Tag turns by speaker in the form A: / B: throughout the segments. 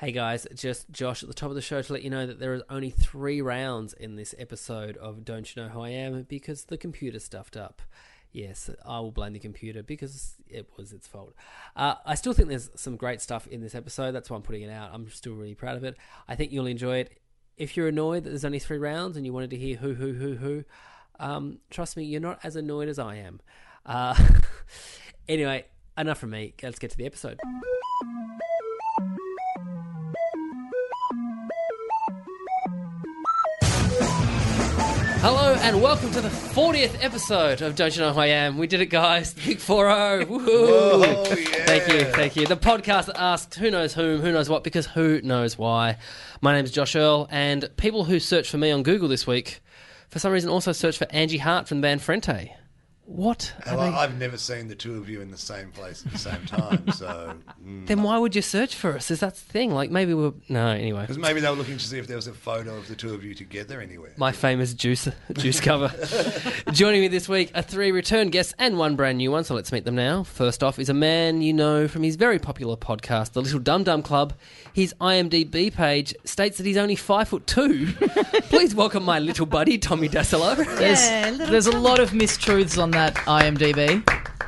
A: Hey guys, just Josh at the top of the show to let you know that there is only three rounds in this episode of Don't You Know Who I Am because the computer stuffed up. Yes, I will blame the computer because it was its fault. Uh, I still think there's some great stuff in this episode. That's why I'm putting it out. I'm still really proud of it. I think you'll enjoy it. If you're annoyed that there's only three rounds and you wanted to hear who, who, who, who, um, trust me, you're not as annoyed as I am. Uh, anyway, enough from me. Let's get to the episode. Hello and welcome to the 40th episode of Don't You Know Who I Am. We did it, guys. The Big 4 0. Woohoo! Thank you, thank you. The podcast that asks who knows whom, who knows what, because who knows why. My name is Josh Earl, and people who search for me on Google this week, for some reason, also search for Angie Hart from the band Frente. What? are
B: Well,
A: they-
B: I've never seen the two of you in the same place at the same time, so
A: Then why would you search for us? Is that the thing? Like, maybe we're. No, anyway.
B: because maybe they were looking to see if there was a photo of the two of you together anywhere.
A: my famous juice juice cover. Joining me this week are three return guests and one brand new one, so let's meet them now. First off is a man you know from his very popular podcast, The Little Dum Dum Club. His IMDb page states that he's only five foot two. Please welcome my little buddy Tommy Dasilo.
C: There's,
D: Yeah, little
C: there's a lot of mistruths on that IMDb.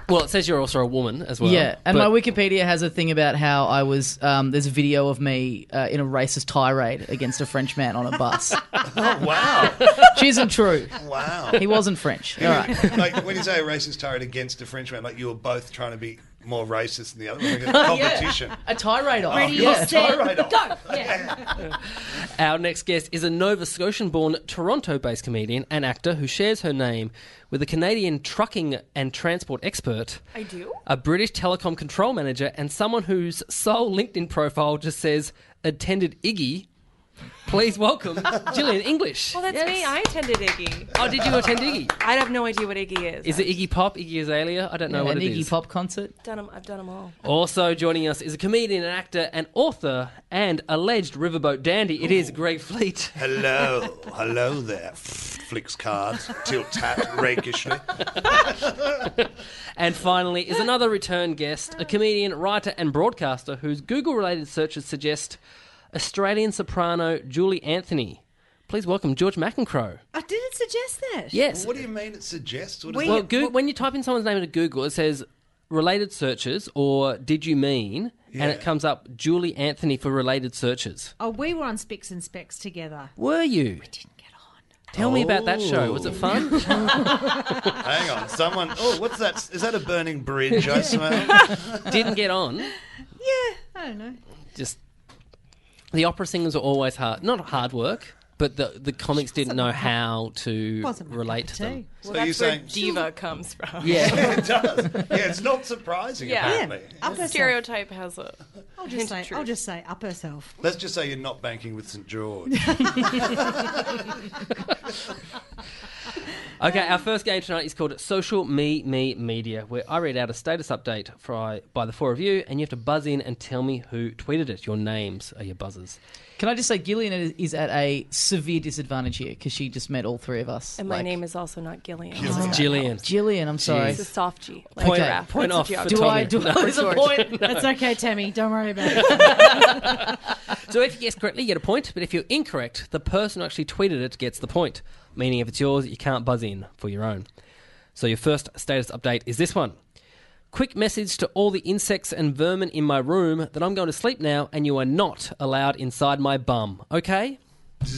A: Well, it says you're also a woman as well.
C: yeah, and
A: but-
C: my Wikipedia has a thing about how I was. Um, there's a video of me uh, in a racist tirade against a French man on a bus.
B: Oh, wow,
C: Which isn't true.
B: wow.
C: He wasn't French. All right.
B: like when you say a racist tirade against a Frenchman, like you were both trying to be more racist than the other. Like a competition.
C: A tirade on.
D: Ready,
B: You're
C: yeah.
B: not tirade on.
D: Go. Yeah.
A: Our next guest is a Nova Scotian born Toronto based comedian and actor who shares her name with a Canadian trucking and transport expert.
D: I do.
A: a British telecom control manager, and someone whose sole LinkedIn profile just says attended Iggy. Please welcome Gillian English.
D: Well, that's me. I attended Iggy.
A: oh, did you attend Iggy?
D: I have no idea what Iggy is.
A: Is it Iggy Pop, Iggy Azalea? I don't know what
C: An
A: it
C: Iggy
A: is.
C: Pop concert.
D: I've done them, I've done them all.
A: Also joining us is a comedian, an actor, an author, and alleged riverboat dandy. It is Greg Fleet.
B: Hello, hello there. Flicks cards, tilt tat rakishly.
A: And finally is another return guest, a comedian, writer, and broadcaster whose Google related searches suggest Australian soprano Julie Anthony. Please welcome George McEncrow.
E: I didn't suggest that.
A: Yes.
B: What do you mean it suggests? What is
E: We-
A: Well,
E: Yeah,
A: Goo- when you type in someone's name into Google, it says related searches or did you mean, and it comes up Julie Anthony for related searches.
E: Oh, we were on Specs and Specs together.
A: Were you?
E: Didn't get on. Oh.
A: Tell me about that show. Was it fun?
B: Hang on, someone. Oh, what's that? Is that a burning bridge I smell?
A: Didn't get on.
E: Yeah, I don't know.
A: Just the opera singers are always hard, not hard work, but the the comics didn't know how to
E: Wasn't my cup
A: relate
E: of
A: to them.
E: tea.
D: Well,
B: So you're
D: that's where
B: saying-
D: diva comes from.
A: Yeah.
B: it does. Yeah, it's not surprising.
D: Yeah.
B: Apparently.
E: Up herself.
D: Stereotype has it.
E: I'll just say,
D: Hint of
E: I'll
D: truth.
E: just say, up herself.
B: Let's just say you're not banking with St George.
A: Okay,
E: Um,
A: our first game tonight is called Social Me Me Media, where I read out a status update by, by the four of you, and you have to buzz in and tell me who tweeted it. Your names are your buzzers.
C: Can I just say, Gillian is- is at a severe disadvantage here because she just met all three of us.
D: And my
C: Like,
D: name is also not Gillian.
A: Gillian.
C: Gillian. I'm sorry.
D: It's a soft G. Like
A: Point-
D: giraffe.
A: point
D: It's a
A: off for
D: geography.
C: Do
A: Tommy.
C: I? Do I? There's a point.
E: That's okay, Tammy. Don't worry about it.
A: So if you guess correctly, you get a point. But if you're incorrect, the person who actually tweeted it gets the point. Meaning, if it's yours, you can't buzz in for your own. So your first status update is this one. Quick message to all the insects and vermin in my room that I'm going to sleep now and you are not allowed inside my bum. Okay?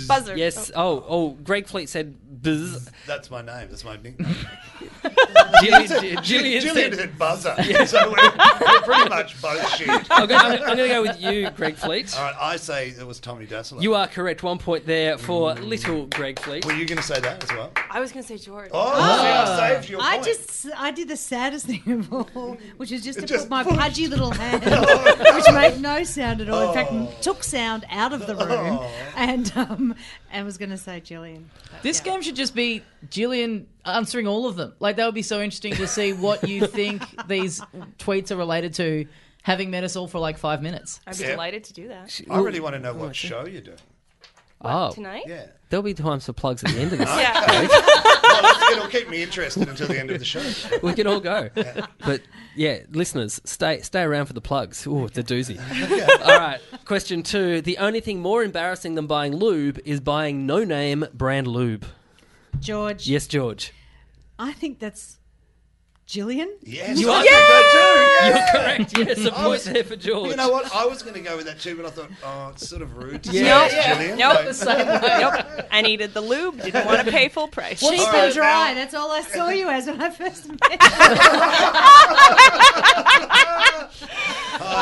D: Buzzer.
A: Yes. Oh, oh, Greg Fleet said buzz.
B: That's my name. That's my nickname.
A: Gillian, Gillian
B: Gillian
A: said
B: had buzzer. So we're, we're pretty much bullshit. All
A: I'm going, I'm, I'm going to go with you, Greg Fleet.
B: right, I say it was Tommy Dassler.
A: You are correct. One point there for little Greg Fleet.
B: Were you going to say that as well?
D: I was going to say George.
B: Oh, see, I saved your
E: I
B: point.
E: just I did the saddest thing of all, which is just to
B: Just
E: put my
B: pushed.
E: pudgy little hand, which made no sound at all. In fact, m-
B: Oh.
E: took sound out of the room, and um, and was going to say Jillian. But
C: This
E: yeah.
C: game should just be Jillian answering all of them. Like that would be so interesting to see what you think these tweets are related to. Having met us all for like five minutes.
E: Oh,
D: I'd be
B: Yeah.
D: delighted to do that.
B: I really want to know what show you're doing.
A: Oh,
D: Tonight?
B: Yeah.
A: there'll be times for plugs at the end of this.
D: Yeah.
B: Well, it'll keep me interested until the end of the show.
A: we can all go. But yeah, listeners, stay stay around for the plugs. Ooh, it's a doozy. All right, question two. The only thing more embarrassing than buying lube is buying no name brand lube.
E: George.
A: Yes, George.
E: I think that's Jillian.
B: Yes, you are. Yeah!
A: You're correct. Yes, a
B: I
A: point
B: was-
A: there for George.
B: You know what? I was going to go with that too, but I thought, oh, it's sort of rude. To
A: Yeah.
B: say it's Gillian.
D: Nope.
B: So-
D: nope. I needed the lube. Didn't want to pay full price.
E: Cheap
B: All right,
E: and dry.
B: now-
E: That's all I saw you as when I first met. you.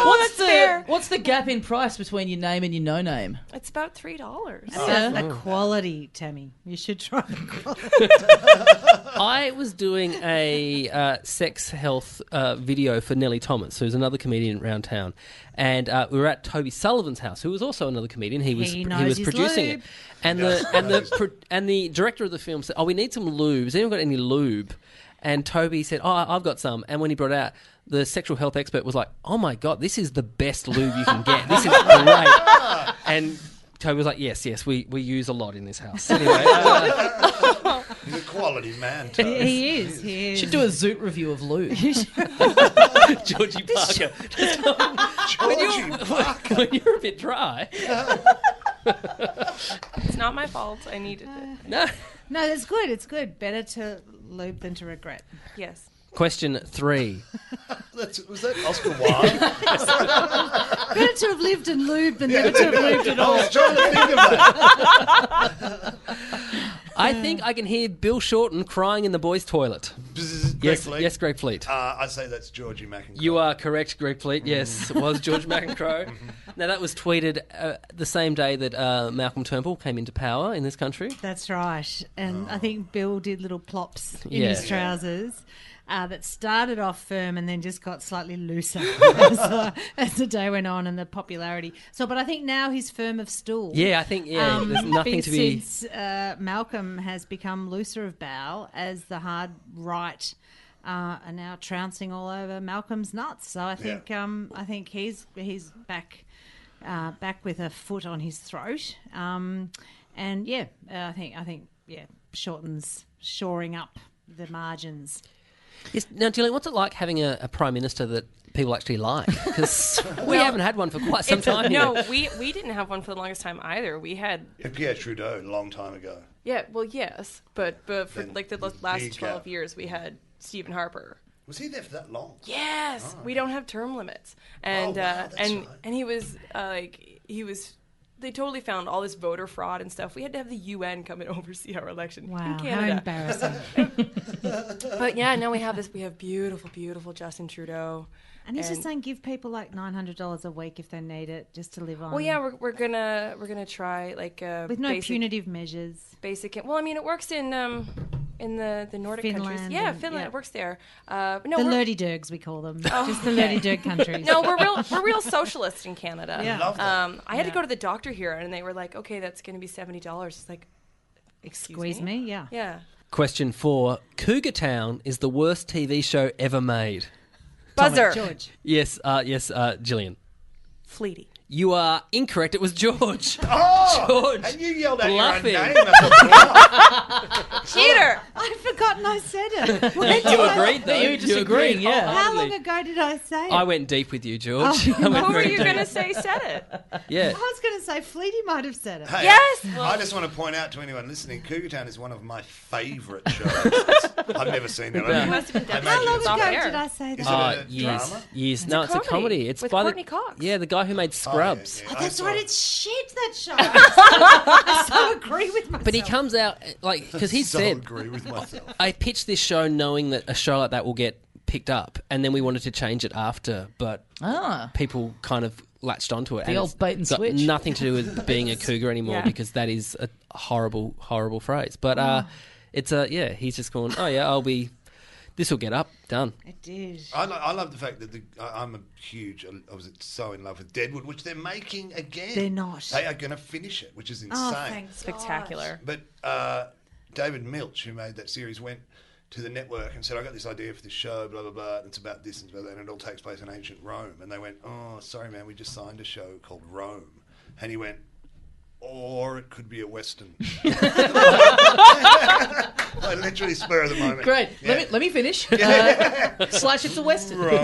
C: what's the
D: fair.
C: what's the gap in price between your name and your no name?
D: It's about three dollars.
E: So the quality, Tammy. You should try the quality.
A: I was doing a uh, sex health uh, video for Nellie Thomas, who's another comedian around town, and uh, we were at Toby Sullivan's house, who was also another comedian. He was
E: He
A: he,
E: knows
A: was
E: his
A: producing it,
E: lube.
A: and the and the pro- and the director of the film said, "Oh, we need some lube. Has anyone got any lube?" And Toby said, "Oh, I've got some." And when he brought it out, the sexual health expert was like, "Oh my god, this is the best lube you can get. This is great." and Toby was like, "Yes, yes, we, we use a lot in this house." Anyway, uh,
B: He's a quality man. Tony.
E: he is. He is.
C: Should do a zoot review of Lou.
A: Georgie Parker.
B: Georgie Parker.
A: when you're a bit dry.
D: It's not my fault. I needed it.
A: No.
E: No, that's good. It's good. Better to lube than to regret.
D: Yes.
A: Question three.
B: That's, was that Oscar Wilde?
E: Better to have lived and lubed than never to have lubed at
B: I
E: all.
B: was trying to think of that.
A: I think I can hear Bill Shorten crying in the boys' toilet.
B: Bzz,
A: Yes,
B: quickly.
A: yes, Greg Fleet.
B: Uh, I say that's Georgie McIntyre.
A: You are correct, Greg Fleet. Yes, was George McEncrow. now that was tweeted uh, the same day that uh, Malcolm Turnbull came into power in this country.
E: That's right. And I think Bill did little plops in
A: Yeah.
E: his trousers uh, that started off firm and then just got slightly looser as, uh, as the day went on and the popularity. So, but I think now he's firm of stool.
A: Yeah, I think yeah.
E: Um,
A: there's nothing
E: been
A: to be.
E: Since uh, Malcolm has become looser of bow as the hard right uh, are now trouncing all over Malcolm's nuts. So I think um, I think he's he's back uh, back with a foot on his throat. Um, and yeah, uh, I think I think yeah shortens shoring up the margins.
A: Yes, now, Julian, what's it like having a, a prime minister that people actually like? Because we haven't had one for quite some
D: It's,
A: time. here.
D: no, we we didn't have one for the longest time either. We had
B: Pierre Trudeau, a long time ago.
D: yeah, well, yes, but but for
B: Then
D: like the
B: big
D: last
B: gap.
D: twelve years, we had Stephen Harper.
B: Was he there for that long?
D: Yes, we don't have term limits, and
B: Ah. Oh, wow,
D: uh,
B: that's
D: and
B: right.
D: and he was uh, like he was. They totally found all this voter fraud and stuff. We had to have the UN come and oversee our election
E: Wow,
D: in
E: how
D: Canada.
E: embarrassing!
D: But yeah, now we have this. We have beautiful, beautiful Justin Trudeau.
E: and he's just
D: And-
E: saying, give people like nine hundred dollars a week if they need it just to live on.
D: Well, yeah, we're, we're gonna we're gonna try like uh,
E: with no
D: basic,
E: punitive measures.
D: basic. Well, I mean, it works in um in the the Nordic countries.
E: Finland
D: Yeah,
E: and-
D: Finland
E: yeah.
D: it works there. Uh, no,
E: The
D: we're,
E: Lurdy Dergs, we call them. Just the Lurdy Derg countries.
D: no, we're real we're real socialists in Canada.
E: Yeah.
B: Love that.
D: Um, I had to go to the doctor here, and they were like, "Okay, that's gonna be seventy dollars." It's like, excuse
E: Squeeze me, yeah.
D: Yeah.
A: Question four. Cougar Town is the worst TV show ever made.
D: Buzzer.
E: George.
A: Yes, uh, yes, uh, Gillian.
D: Fleety.
A: You are incorrect. It was George.
B: Oh,
A: George
B: and you yelled out
A: bluffing.
B: your own name. I
D: Cheater.
E: I've forgotten I said it. When did
A: you
E: I-
A: agreed, though.
C: You just agreed, yeah.
E: How long
A: wholeheartedly.
E: ago did I say it?
A: I
E: I
A: went deep with you, George.
E: Oh,
A: I went
D: Who were
A: very
D: you
A: deep.
D: gonna say said it?
A: Yeah.
E: was going to say Fleety might have said it.
B: thought, "Wow." Hey,
D: Yes.
B: I just want to point out to anyone listening, Cougar Town is one of my favourite shows. It's- I've never seen it. I don't-
D: Must have been
B: I
D: devastated.
B: imagine
E: How long
B: it's
D: Off
E: ago
D: air.
E: did I say that?
B: Is it
A: Uh,
B: a
A: yes,
B: drama?
A: yes. no, it's a
D: comedy
A: comedy. It's
D: with
A: by
D: Courtney
A: the
D: Cox.
A: yeah the guy who made Scrubs.
B: Oh,
E: Oh,
B: yeah, yeah, I
E: that's
B: saw
E: right,
B: it.
E: it's shit, that show. I so agree with myself.
A: But he comes out uh, like because he
B: so
A: said
B: agree with myself.
A: I pitched this show knowing that a show like that will get picked up, and then we wanted to change it after, but
C: Ah.
A: people kind of latched onto it.
C: The old
A: it's
C: bait and
A: got
C: switch.
A: Nothing to do with being a cougar anymore
D: Yeah.
A: because that is a horrible, horrible phrase. But uh,
C: Oh.
A: it's a yeah. He's just going, oh yeah, I'll be. This will get up. Done.
E: It did.
B: I, lo- I love the fact that the, I, I'm a huge. I was so in love with Deadwood, which they're making again.
E: They're not.
B: They are going to finish it, which is insane.
E: Oh, thank
D: Spectacular.
B: But uh, David Milch, who made that series, went to the network and said, "I got this idea for this show, blah blah blah. And it's about this and about that, and it all takes place in ancient Rome." And they went, "Oh, sorry, man, we just signed a show called Rome," and he went. Or it could be a Western. I literally spur of the moment.
C: Great.
B: Yeah.
C: Let me let me finish. Uh, slash, it's a western.
B: Rome,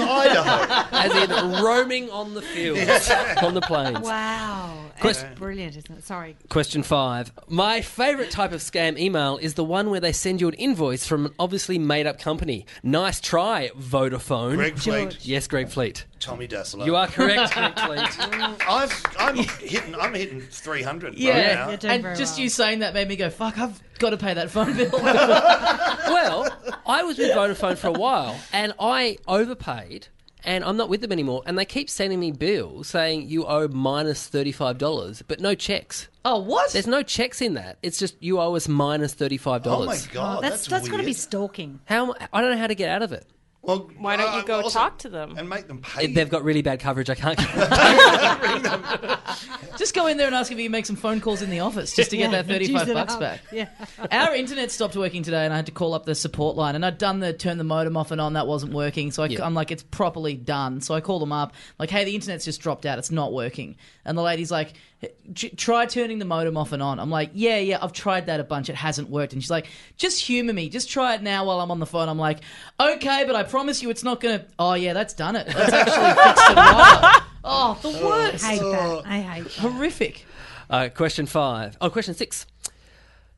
B: Idaho.
A: As in roaming on the fields, on the plains.
E: Wow.
A: Quest-
E: It's brilliant, isn't it? Sorry.
A: Question five. My favourite type of scam email is the one where they send you an invoice from an obviously made up company. Nice try, Vodafone.
B: Greg Fleet,
A: Yes, Greg Fleet.
B: Tommy Dassler.
A: You are correct, Greg Fleet.
B: I've, I'm hitting. I'm hitting 300
C: Yeah.
B: right now.
E: You're doing
C: And
E: very
C: just
E: well.
C: you saying that made me go, fuck, I've got to pay that phone bill.
A: Well, I was with Vodafone for a while and I overpaid and I'm not with them anymore and they keep sending me bills saying you owe minus $35 but no checks.
C: oh, what?
A: There's no checks in that. It's just you owe us minus $35.
B: Oh my god,
E: Oh, that's
B: that's,
E: that's got to
B: weird.
E: be stalking.
A: How am- I don't know how to get out of it.
B: Well,
D: Why don't you
B: uh,
D: go
B: also-
D: talk to them?
B: and make them pay?
A: They've got really bad coverage. I can't get
C: Just go in there and ask if you can make some phone calls in the office just to get that
E: Juice
C: 35
E: it
C: bucks
E: up.
C: back.
E: Yeah.
C: Our internet stopped working today, and I had to call up the support line. And I'd done the turn the modem off and on; that wasn't working. So I,
A: Yeah.
C: am like, it's properly done. So I called them up, like, hey, the internet's just dropped out; it's not working. And the lady's like, "J- try turning the modem off and on. I'm like, yeah, yeah, I've tried that a bunch; it hasn't worked. And she's like, just humour me, just try it now while I'm on the phone. I'm like, okay, but I promise you, it's not gonna. Oh yeah, that's done it. That's actually fixed it right. Oh, the worst.
E: I hate that. I hate that.
C: Horrific.
A: Uh, question five. Oh, question six.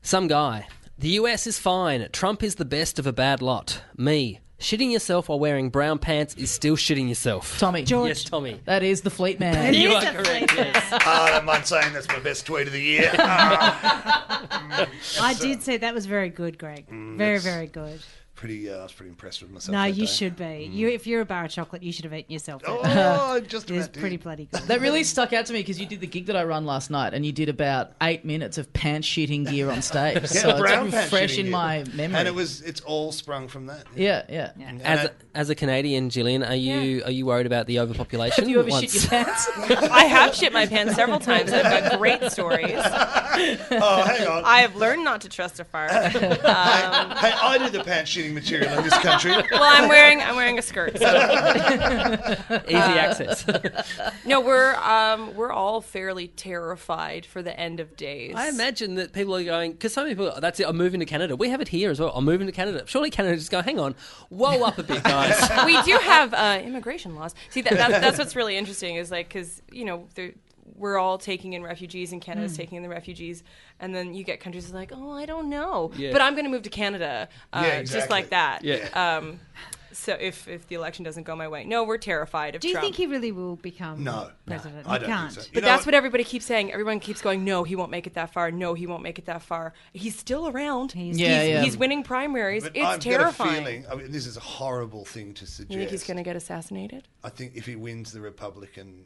A: Some guy. The US is fine. Trump is the best of a bad lot. Me. Shitting yourself while wearing brown pants is still shitting yourself.
C: Tommy.
E: George.
A: Yes, Tommy.
C: That is the Fleet Man.
A: You are
E: It's a
A: correct.
E: fake man.
B: I don't mind saying that's my best tweet of the year. Ah,
E: I did say that was very good, Greg. very, very good.
B: pretty, uh, I was pretty impressed with myself.
E: No,
B: that
E: you
B: day.
E: should be. You, if you're a bar of chocolate, you should have eaten yourself.
B: Mm. Oh,
E: up.
B: I just
E: it was
B: about did.
E: pretty bloody good.
C: That really stuck out to me because you did the gig that I run last night, and you did about eight minutes of pants shitting gear on stage.
B: Yeah,
C: so
B: brown
C: it's
B: pants
C: fresh
B: shitting
C: in
B: you.
C: my memory.
B: and it was. It's all sprung from that.
C: yeah, yeah.
A: As a, as a Canadian, Gillian, are you are you worried about the overpopulation?
C: Have you ever
A: Once-
C: shit your pants?
D: I have shit my pants several times. and I've got great stories.
B: Oh, hang on.
D: I have learned not to trust a fart.
B: hey, I do the pants shitting material in this country.
D: Well, I'm wearing I'm wearing a skirt. So.
A: Easy access.
D: No, we're um we're all fairly terrified for the end of days.
A: I imagine that people are going because some people that's it. I'm moving to Canada. We have it here as well. I'm moving to Canada. Surely Canada just go. Hang on, whoa up a bit, guys.
D: we do have uh, immigration laws. See, that, that, that's what's really interesting is like because you know there- we're all taking in refugees, and Canada's
B: Hmm.
D: taking in the refugees, and then you get countries that are like, oh, I don't know,
A: Yeah.
D: but I'm going to move to Canada, uh,
B: Yeah,
D: just
B: exactly.
D: like that.
A: Yeah.
D: Um, so if if the election doesn't go my way, no, we're terrified of
E: Do you
D: Trump.
E: think he really will become
B: No,
E: president?
B: I
E: he
B: don't
E: can't.
B: think so. You
D: but
B: know
D: that's what everybody keeps saying. Everyone keeps going, no, he won't make it that far. No, he won't make it that far. He's still around. He's,
C: Yeah,
D: he's,
C: yeah.
D: he's winning primaries.
B: But
D: it's
B: I've
D: terrifying.
B: got a feeling. I mean, this is a horrible thing to suggest.
D: you think he's going to get assassinated?
B: I think if he wins the Republican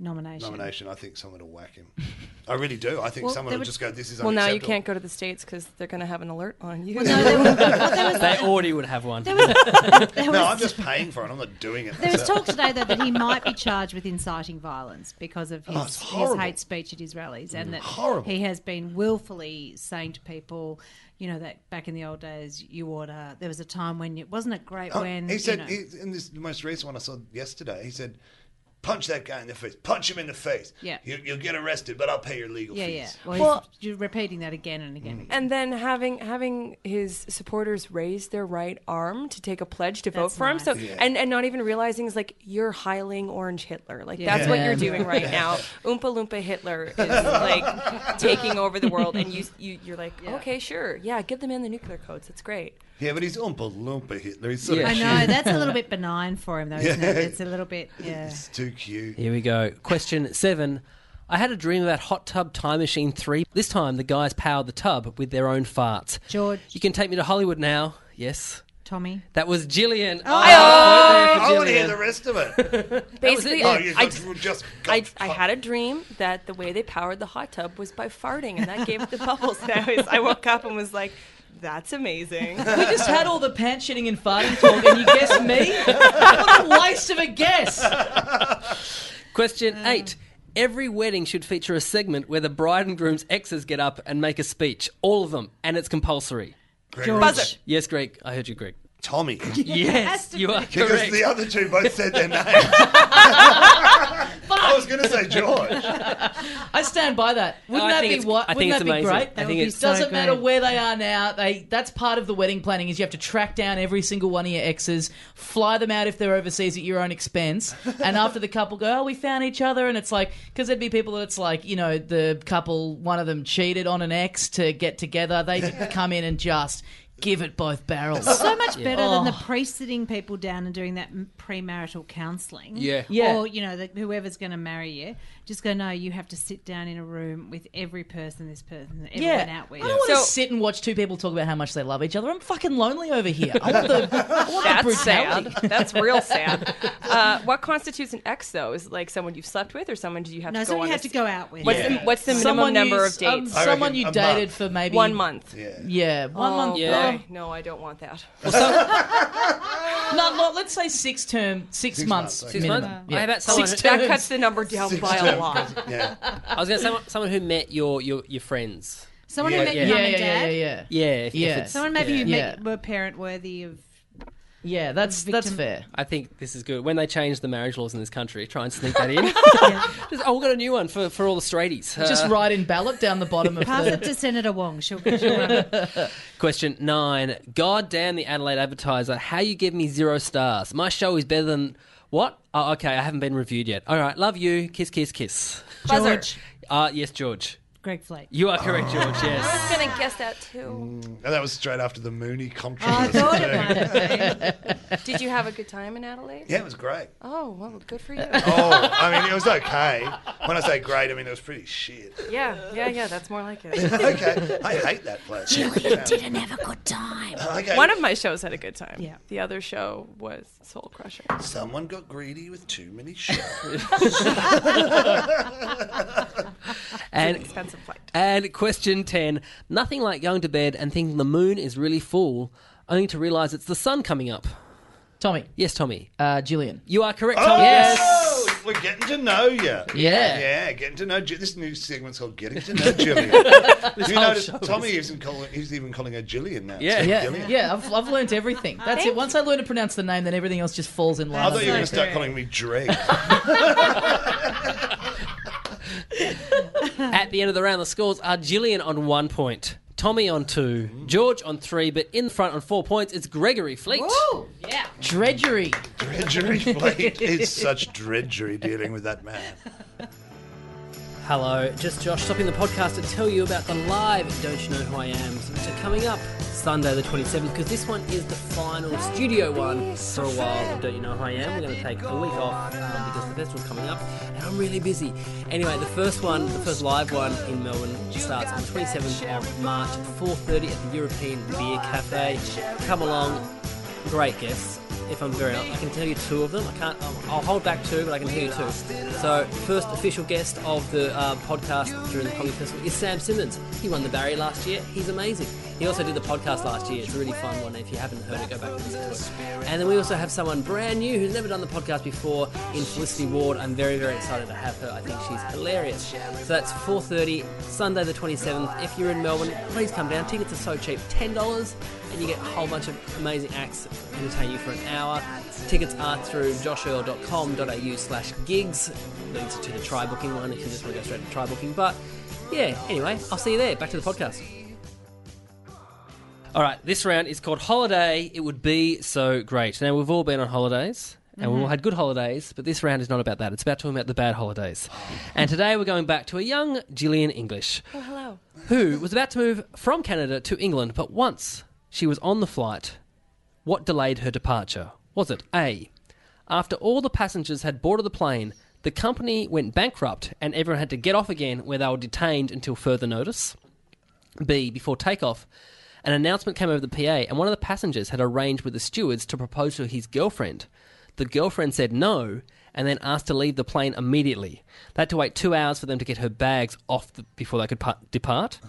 E: Nomination.
B: nomination, I think someone will whack him. I really do. I think
E: Well,
B: someone
E: they
B: will
E: would-
B: just go. This is
D: Well, now you
B: unacceptable."
D: can't go to the states because they're going to have an alert on you.
E: No, there was, well, there was,
A: they already would have one.
E: there
B: No,
E: was-
B: I'm just paying for it. I'm not doing it.
E: There was
B: myself.
E: talk today, though, that he might be charged with inciting violence because of his,
B: Oh, it's
E: his
B: horrible. Mm,
E: hate speech at his rallies, and that
B: Horrible.
E: he has been willfully saying to people, you know, that back in the old days, you order. There was a time when it wasn't it great
B: Oh,
E: when
B: he
E: you
B: said
E: know-
B: he, in this most recent one I saw yesterday, he said, "Punch that guy in the face. Punch him in the face.
E: Yeah.
B: you, you'll get arrested, but I'll pay your legal
E: yeah, yeah.
B: fees."
E: Well,
D: Well-
E: he's you're repeating that again and again. and again.
D: and then having having his supporters raise their right arm to take a pledge to vote
E: That's
D: for
E: nice.
D: him. So
B: Yeah.
D: and, and not even realizing is like you're hiling Orange Hitler. Like that's
C: Yeah.
D: what you're doing right now. Oompa Loompa Hitler is like taking over the world, and you you you're like okay, sure, yeah, give the man the nuclear codes. That's great.
B: Yeah, but he's oompa loompa Hitler. He's sort
A: Yeah.
E: I
B: of cute.
E: know that's a little bit benign for him, though, isn't it? It's a little bit, yeah.
B: It's too cute.
A: Here we go. Question seven. I had a dream about Hot Tub Time Machine 3. This time, the guys powered the tub with their own farts.
E: George.
A: You can take me to Hollywood now. Yes.
E: Tommy.
A: That was Jillian. Oh,
B: I want to hear the rest of it.
D: Basically,
B: oh,
D: I-
B: you
A: I
B: just,
A: d-
B: just
D: I, I had a dream that the way they powered the hot tub was by farting, and that gave it the bubbles. And I, was, I woke up and was like, that's amazing.
C: We just had all the pants shitting and farting talk, and you guessed me? What a waste of a guess!
A: Question eight. Every wedding should feature a segment where the bride and groom's exes get up and make a speech. All of them, and it's compulsory.
B: Gregory.
D: Buzzer.
A: Yes, Greg. I heard you, Greg.
B: Tommy.
A: Yes, you are
B: Because
A: correct.
B: the other two both said their names. I was going to say George.
C: I stand by that. Wouldn't
A: I
C: that
A: think
C: be
A: it's-
C: what?
A: I
C: Wouldn't
A: think
C: that
A: it's
C: be
A: amazing.
C: great?
A: I
C: That
A: think
C: would be-
A: it's
E: so
C: doesn't matter
E: great.
C: where they are now. They that's part of the wedding planning is you have to track down every single one of your exes, fly them out if they're overseas at your own expense, and after the couple go, oh, we found each other, and it's like because there'd be people that it's like you know the couple one of them cheated on an ex to get together. They come in and just give it both barrels.
E: So much better than the priest sitting people down and doing that m- premarital counselling.
A: Yeah.
C: Yeah.
E: Or, you know, the, whoever's going to marry you. Just go, no, you have to sit down in a room with every person this person that ever
C: Yeah.
E: went out with.
C: I don't want to
D: So-
C: sit and watch two people talk about how much they love each other. I'm fucking lonely over here. I want the, I want the
D: That's
C: brutality.
D: sad. That's real sad. Uh, what constitutes an ex, though? Is it like someone you've slept with, or someone do you have
E: No,
D: to go
E: someone
D: on?
E: you have
D: a
E: to
D: s-
E: go out with.
D: What's
B: Yeah.
D: the, what's the
C: Someone
D: minimum number
C: you-
D: of dates?
C: Um, someone
B: reckon
C: you
B: a
C: dated
B: month.
C: for maybe
D: One month. Oh,
B: Yeah.
C: Yeah, one month.
A: Yeah.
D: boy. No, I don't want that.
C: No, look, let's say six term, six,
B: Six months,
C: months.
B: okay.
A: Six
C: minimum.
A: months?
C: Yeah.
A: I bet someone-
C: six
D: That
C: terms.
D: cuts the number down
B: Six
D: by a
B: terms.
D: lot.
B: Yeah.
A: I was going to say someone- someone who met your your, your friends.
E: Someone
B: Yeah.
E: who met
A: Yeah.
E: your
C: yeah,
E: mum
C: yeah,
E: and dad.
C: yeah, yeah, yeah,
A: Yeah, if,
C: Yeah.
A: If it's,
E: Someone maybe
A: yeah.
E: who met,
C: Yeah.
E: were parent worthy of.
C: Yeah, that's that's
E: Victim-
C: fair.
A: I think this is good. When they change the marriage laws in this country, try and sneak that in. Just, oh, we've got a new one for, for all the straighties. Uh,
C: Just write in ballot down the bottom of
E: Pass it
C: the.
E: to Senator Wong. She'll, she'll have it.
A: Question nine. God damn the Adelaide advertiser. How you give me zero stars? My show is better than what? Oh, okay. I haven't been reviewed yet. All right. Love you. Kiss, kiss, kiss.
D: Buzzer.
E: George.
A: Uh, yes, George.
E: Greg Flake.
A: You are
C: Oh.
A: correct, George. Yes.
D: I'm gonna guess that too.
B: And that was straight after the Mooney
E: Oh, I
B: controversy.
E: thought it might have been.
D: Did you have a good time in Adelaide?
B: yeah, it was great.
D: Oh, well, good for you.
B: Oh, I mean, it was okay. When I say great, I mean it was pretty shit.
D: Yeah, yeah, yeah. That's more like it.
B: Okay, I hate that place.
E: Didn't have a good time.
B: Okay.
D: One of my shows had a good time.
E: Yeah.
D: The other show was Soul Crusher.
B: Someone got greedy with too many shows.
A: And
D: Expensive flight.
A: and question ten. Nothing like going to bed and thinking the moon is really full, only to realise it's the sun coming up.
C: Tommy,
A: Yes, Tommy.
C: uh, Gillian.
A: You are correct,
B: Oh,
A: Tommy.
B: We're getting to know you.
C: Yeah.
B: Yeah, getting to know. Ju- This new segment's called "Getting to Know Jillian." Do you notice Tommy isn't calling? He's even calling her Jillian now.
A: Yeah.
B: It's
C: Yeah,
B: Gillian.
C: yeah, I've, I've learned everything. That's it. Once I learn to pronounce the name, then everything else just falls in
B: I
C: line.
B: thought you were going to
E: so
B: start
E: great.
B: calling me Drake.
A: At the end of the round, the scores are Gillian on one point, Tommy on two, George on three, but in front on four points, it's Gregory Fleet.
C: Woo! Yeah. Dredgery.
B: Dredgery Blake. It's such dredgery dealing with that man.
A: Hello, just Josh stopping the podcast to tell you about the live Don't You Know Who I Am's, which are coming up Sunday the 27th, because this one is the final studio one for a while of Don't You Know Who I Am. We're going to take a week off um, because the festival's coming up, and I'm really busy. Anyway, the first one, the first live one in Melbourne starts on the 27th of March at 4.30 at the European Beer Cafe. Come along, great guests. If I'm very, I can tell you two of them. I can't. I'll I'll hold back two, but I can tell you two. So, first official guest of the uh, podcast during the comedy festival is Sam Simmons. He won the Barry last year. He's amazing. He also did the podcast last year. It's a really fun one. If you haven't heard it, go back and listen to it. And then we also have someone brand new who's never done the podcast before in Felicity Ward. I'm very, very excited to have her. I think she's hilarious. So that's 4:30 Sunday the 27th. If you're in Melbourne, please come down. Tickets are so cheap, ten dollars and you get a whole bunch of amazing acts entertain you for an hour. Tickets are through joshearl.com.au slash gigs. Links to the try booking one if you just want to go straight to try booking. But yeah, anyway, I'll see you there. Back to the podcast. All right, this round is called Holiday. It would be so great. Now, we've all been on holidays. And we've all had good holidays, but this round is not about that. It's about talking about the bad holidays. And today we're going back to a young Gillian English
D: Oh, hello.
A: who was about to move from Canada to England, but once she was on the flight, what delayed her departure? Was it A? After all the passengers had boarded the plane, the company went bankrupt and everyone had to get off again where they were detained until further notice? B. Before takeoff, An announcement came over the PA, and one of the passengers had arranged with the stewards to propose to his girlfriend. The girlfriend said no, and then asked to leave the plane immediately. They had to wait two hours for them to get her bags off the, before they could pa- depart.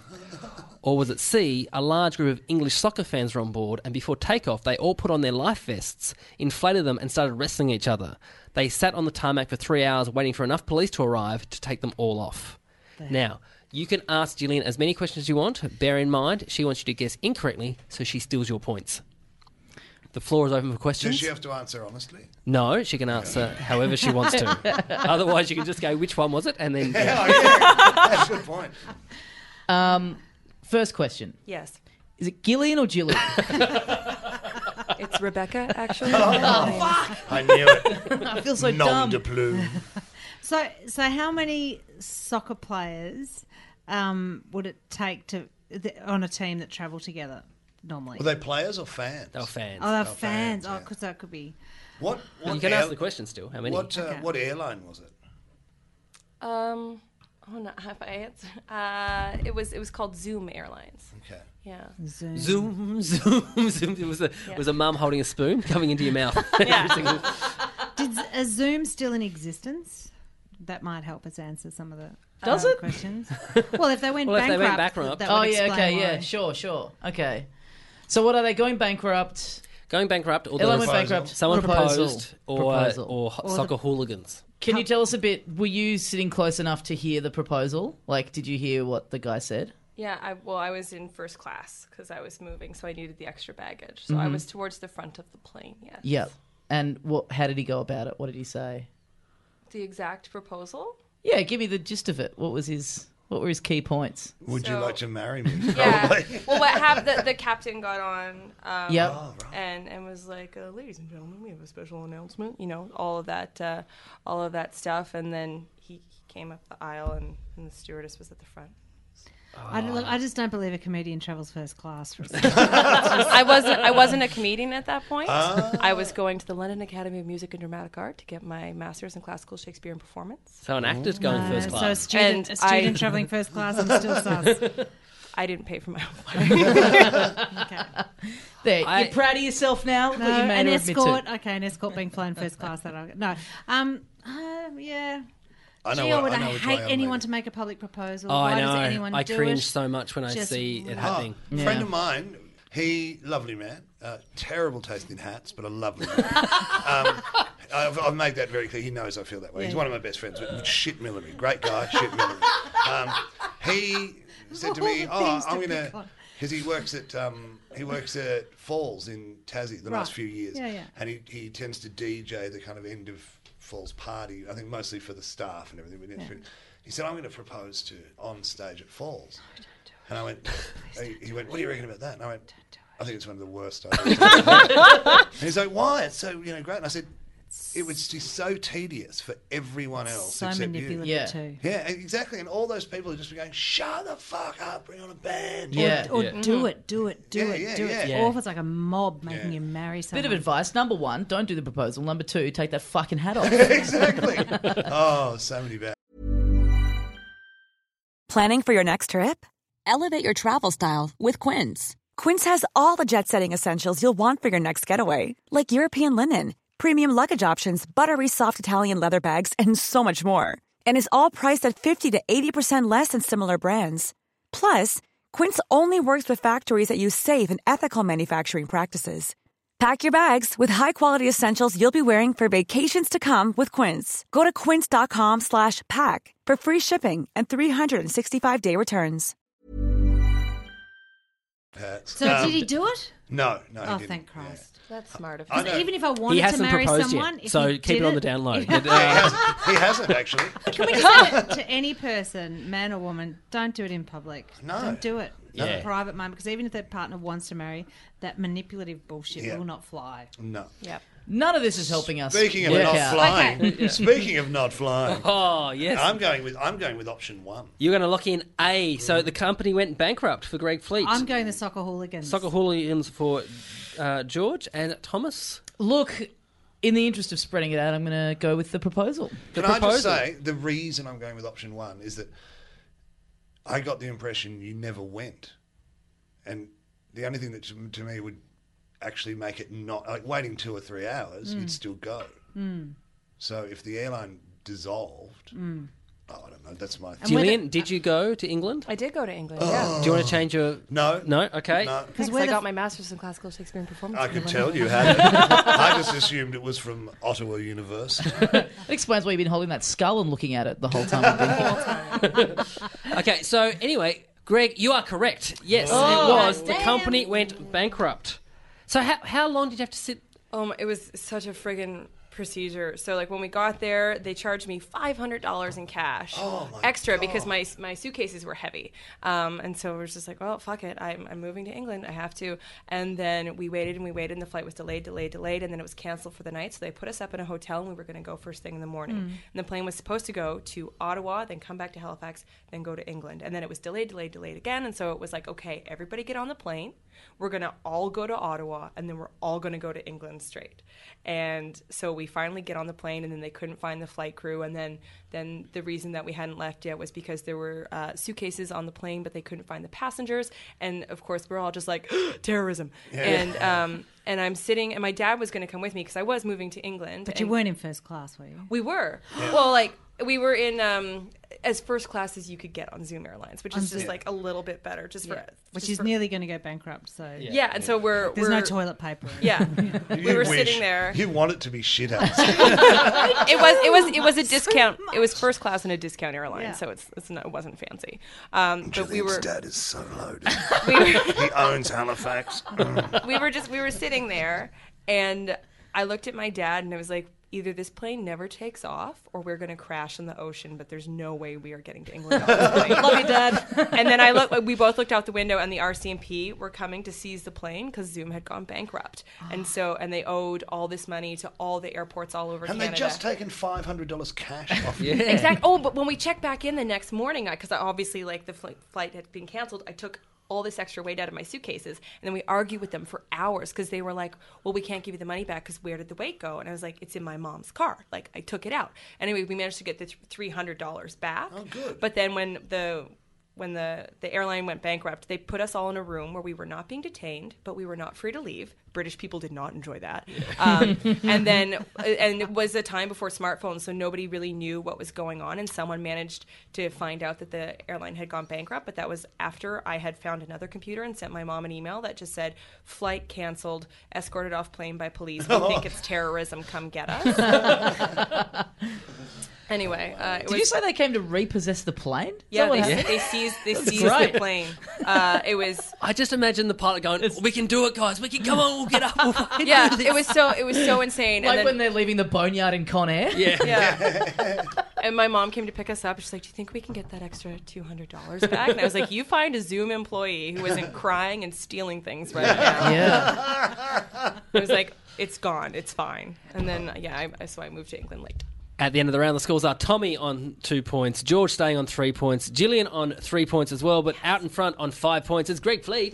A: Or was at sea, a large group of English soccer fans were on board, and before takeoff, they all put on their life vests, inflated them, and started wrestling each other. They sat on the tarmac for three hours, waiting for enough police to arrive to take them all off. Now, you can ask Gillian as many questions as you want. Bear in mind, she wants you to guess incorrectly, so she steals your points. The floor is open for questions.
B: Does she have to answer honestly?
A: No, she can answer however she wants to. Otherwise, you can just go, which one was it? And then. yeah.
B: Oh, yeah. That's a good point.
C: First question:
D: Yes.
C: Is it Gillian or Gillian?
D: It's Rebecca, actually.
B: I knew it.
C: I feel so
B: Non
C: dumb.
B: de plume.
E: So, so how many soccer players um, would it take to th- on a team that travel together normally?
B: Were they players or fans?
A: Oh, fans.
E: oh, they're
B: Oh,
E: fans.
B: fans,
E: Oh,
B: yeah.
E: 'cause that could be.
B: What? what
A: you can
B: air-
A: ask the question still. How many?
B: What, uh,
E: Okay.
B: what airline was it?
D: Um, oh no, have I answered? Uh, it was it was called Zoom Airlines.
B: Okay.
D: Yeah.
A: Zoom, zoom, zoom. It was a, it was a mum holding a spoon coming into your mouth. Every single-
E: Did Z- is Zoom still in existence? That might help us answer some of the
C: Does
E: uh,
C: it?
E: questions. Well, if they went
A: Well, if they
E: bankrupt,
A: went bankrupt.
E: that
C: Oh
E: would
C: yeah,
E: explain
C: okay,
E: why.
C: yeah, sure, sure, okay. So what are they going bankrupt?
A: Going bankrupt, or
C: Ella
A: there
C: went
A: was
B: Proposal.
C: bankrupt.
A: someone
C: Proposal.
A: proposed, or uh,
C: Proposal.
A: or, ho- soccer hooligans.
C: Can you tell us a bit? Were you sitting close enough to hear the proposal? Like, did you hear what the guy said?
D: Yeah. I, well, I was in first class because I was moving, so I needed the extra baggage. So I was towards the front of the plane. Yes.
C: Yeah. And what? How did he go about it? What did he say?
D: The exact proposal.
C: Yeah, give me the gist of it. What was his? What were his key points?
B: Would you
D: So-
B: like to marry me? Oh,
D: Yeah. well, what happened? The, the captain got on. Um,
C: Yep.
B: Oh,
D: and and was like, uh, "Ladies and gentlemen, we have a special announcement." You know, all of that, uh, all of that stuff. And then he, he came up the aisle, and, and the stewardess was at the front.
E: I, don't- look, I just don't believe a comedian travels first class. For a second.
D: I wasn't I wasn't a comedian at that point. I was going to the London Academy of Music and Dramatic Art to get my master's in classical Shakespeare and performance.
A: So an actor's going first
E: Uh, so a
A: class.
E: student,
D: And
E: a student
D: I-
E: traveling first class, I'm still sus.
D: I didn't pay for my own flight.
C: There,
A: I-
C: you're proud of yourself now.
E: No,
C: that you made
E: an
C: her admit to.
E: escort. Okay, an escort being flown first class. That I no. Um. uh, yeah.
B: I know
E: Gee,
B: what,
E: would I,
B: know which way
E: hate
B: I'm
E: anyone
B: leaning.
E: to make a public proposal.
A: Oh,
E: Why
A: I
E: does
A: know.
E: anyone
A: I
E: do
A: cringe
E: it?
A: so much when I
E: Just
A: see it
E: Oh,
A: happening.
B: A friend of mine, he, lovely man, uh, terrible taste in hats, but a lovely man. um, I've, I've made that very clear. He knows I feel that way. He's one of my best friends, but shit military. Great guy, shit military. Um, he said to
E: All
B: me,
E: the
B: Oh,
E: things
B: I'm
E: to
B: going
E: pick
B: to.
E: on.
B: Because he works at um, he works at Falls in Tassie the last
E: Right.
B: few years,
E: Yeah, yeah.
B: and he, he tends to DJ the kind of end of Falls party. I think mostly for the staff and everything. But He said, "I'm going to propose to on stage at Falls," and I went. he- he went, "What do you reckon about that?" And I went, "I think it's one of the worst ideas." I've ever heard." and he's like, "Why? It's so you know great." And I said, "It was just so tedious for everyone else
E: So
B: except
E: manipulative
B: you."
C: Yeah.
E: too.
B: Yeah, exactly. And all those people are just going, "Shut the fuck up! Bring on a band!"
C: Yeah.
E: Or do it, do it, do
B: Yeah,
E: it,
B: yeah,
E: do it.
B: yeah.
E: It's
A: Mm. Yeah.
E: awful. It's like a mob making
B: Yeah.
E: you marry someone.
C: Bit of advice. Number one, don't do the proposal. Number two, take that fucking hat off.
B: exactly. Oh, so many bad.
F: Planning for your next trip? Elevate your travel style with Quince. Quince has all the jet setting essentials you'll want for your next getaway, like European linen, premium luggage options, buttery soft Italian leather bags, and so much more. And is all priced at 50 to 80% less than similar brands. Plus, Quince only works with factories that use safe and ethical manufacturing practices. Pack your bags with high-quality essentials you'll be wearing for vacations to come with Quince. Go to quince.com slash pack for free shipping and 365-day returns.
B: Hats.
E: so
B: Um,
E: did he do it?
B: No, no. he
E: Oh,
B: didn't.
E: thank
B: Yeah.
E: Christ.
D: That's smart of
B: I
D: him.
B: know.
E: Even if I
A: He
E: wanted to
A: hasn't
E: marry
A: proposed
E: someone,
A: yet,
E: if
A: so
E: he
A: keep it
E: did
A: on the down low. But,
B: Yeah,
A: uh,
B: he, hasn't, he hasn't actually.
E: Can we say it to any person, man or woman, don't do it in public.
B: No.
E: Don't do it in
A: Yeah.
E: a private moment because even if that partner wants to marry, that manipulative bullshit
B: Yeah.
E: will not fly.
B: No.
D: Yep.
C: None of this is helping us.
B: Speaking of
C: work
B: not
C: out.
B: flying, speaking of not flying,
A: oh yes.
B: I'm going with I'm going with option one.
A: You're going to lock in A. So the company went bankrupt for Greg Fleet.
E: I'm going the soccer hooligans.
A: Soccer hooligans for uh, George and Thomas.
C: Look, in the interest of spreading it out, I'm going to go with the proposal.
B: Can I just
A: proposal.
B: say the reason I'm going with option one is that I got the impression you never went, and The only thing that to, to me would actually make it not like waiting two or three hours, you'd still go. So if the airline dissolved, oh, I don't know. That's my
E: whether-
A: Gillian, did you go to England?
D: Oh. I did go to England. Yeah.
A: Do you want to change your?
B: no,
A: No. Okay.
B: no.
D: Because
E: where
D: I
E: the-
D: got my master's in classical Shakespeare and performance.
B: I could
D: art.
B: tell you had it. I just assumed it was from Ottawa University.
C: It explains why you've been holding that skull and looking at it the whole time. I've been here.
A: Okay. So anyway, Greg, you are correct. Yes, it was. The company went bankrupt. So how how long did you have to sit?
D: Um, it was such a friggin' procedure. So like when we got there, they charged me five hundred dollars in cash extra because my my suitcases were heavy. Um, and so I was just like, well, fuck it, I'm I'm moving to England. I have to. And then we waited and we waited, and the flight was delayed, delayed, delayed, and then it was canceled for the night. So they put us up in a hotel, and we were going to go first thing in the morning. And the plane was supposed to go to Ottawa, then come back to Halifax, then go to England. And then it was delayed, delayed, delayed again. And so it was like, okay, everybody get on the plane. We're going to all go to Ottawa and then we're all going to go to England straight. And so we finally get on the plane and then they couldn't find the flight crew. And then, then the reason that we hadn't left yet was because there were uh, suitcases on the plane, but they couldn't find the passengers. And of course, we're all just like, terrorism. And, um, and I'm sitting, and my dad was going to come with me because I was moving to England.
E: But you
D: and-
E: weren't in first class, were you?
D: we were. Well, like we were in um, as first class as you could get on Zoom Airlines, which is just like a little bit better, just for
E: Which
D: just
E: is
D: for-
E: nearly going to go bankrupt. So
D: Yeah, and so we're
E: there's
D: we're,
E: no toilet paper.
D: Yeah, we
B: You
D: were
B: wish.
D: sitting there.
B: You want it to be shit out.
D: It was it was it was a discount. It was first class and a discount airline,
E: Yeah.
D: so it's, it's not, it wasn't fancy. Um, but we
B: Julian's
D: were
B: dad is so loaded.
D: we were
B: he owns Halifax.
D: we were just we were sitting there and I looked at my dad and I was like either this plane never takes off or we're going to crash in the ocean but there's no way we are getting to England on this plane. Love you dad. And then I look we both looked out the window and the RCMP were coming to seize the plane cuz Zoom had gone bankrupt. And so and they owed all this money to all the airports all over
B: and they
D: Canada.
B: just taken five hundred dollars cash off. you.
A: Yeah.
D: Exactly. Oh, but when we checked back in the next morning, because I, obviously like the fl- flight had been canceled, I took all this extra weight out of my suitcases, and then we argued with them for hours because they were like, "Well, we can't give you the money back because where did the weight go?" And I was like, "It's in my mom's car. Like I took it out." Anyway, we managed to get the three hundred dollars back. Oh,
B: good.
D: But then when the when the, the airline went bankrupt, they put us all in a room where we were not being detained, but we were not free to leave. British people did not enjoy that. Um, and then, uh, and it was a time before smartphones, so nobody really knew what was going on. And someone managed to find out that the airline had gone bankrupt, but that was after I had found another computer and sent my mom an email that just said, flight canceled, escorted off plane by police. We think it's terrorism, come get us. anyway, uh, it
C: Did
D: was
C: you say they came to repossess the plane? Is
D: yeah,
C: that what
D: they,
C: happened?
D: they seized they seized
C: great.
D: the plane. Uh, it was
A: I just imagine the pilot going, "We can do it, guys. We can come on. We'll get up. We'll fucking do
D: yeah,
A: this."
D: it was so it was so insane.
C: Like
D: and,
C: when
D: then,
C: they're leaving the boneyard in Con Air? Yeah.
D: yeah. and my mom came to pick us up. She's like, "Do you think we can get that extra two hundred dollars back?" And I was like, "You find a Zoom employee who isn't crying and stealing things right now."
C: Yeah.
D: I was like, "It's gone. It's fine." And then yeah, I, I- so I moved to England late.
A: At the end of the round, the scores are Tommy on two points, George staying on three points, Gillian on three points as well, but out in front on five points is Greg Fleet.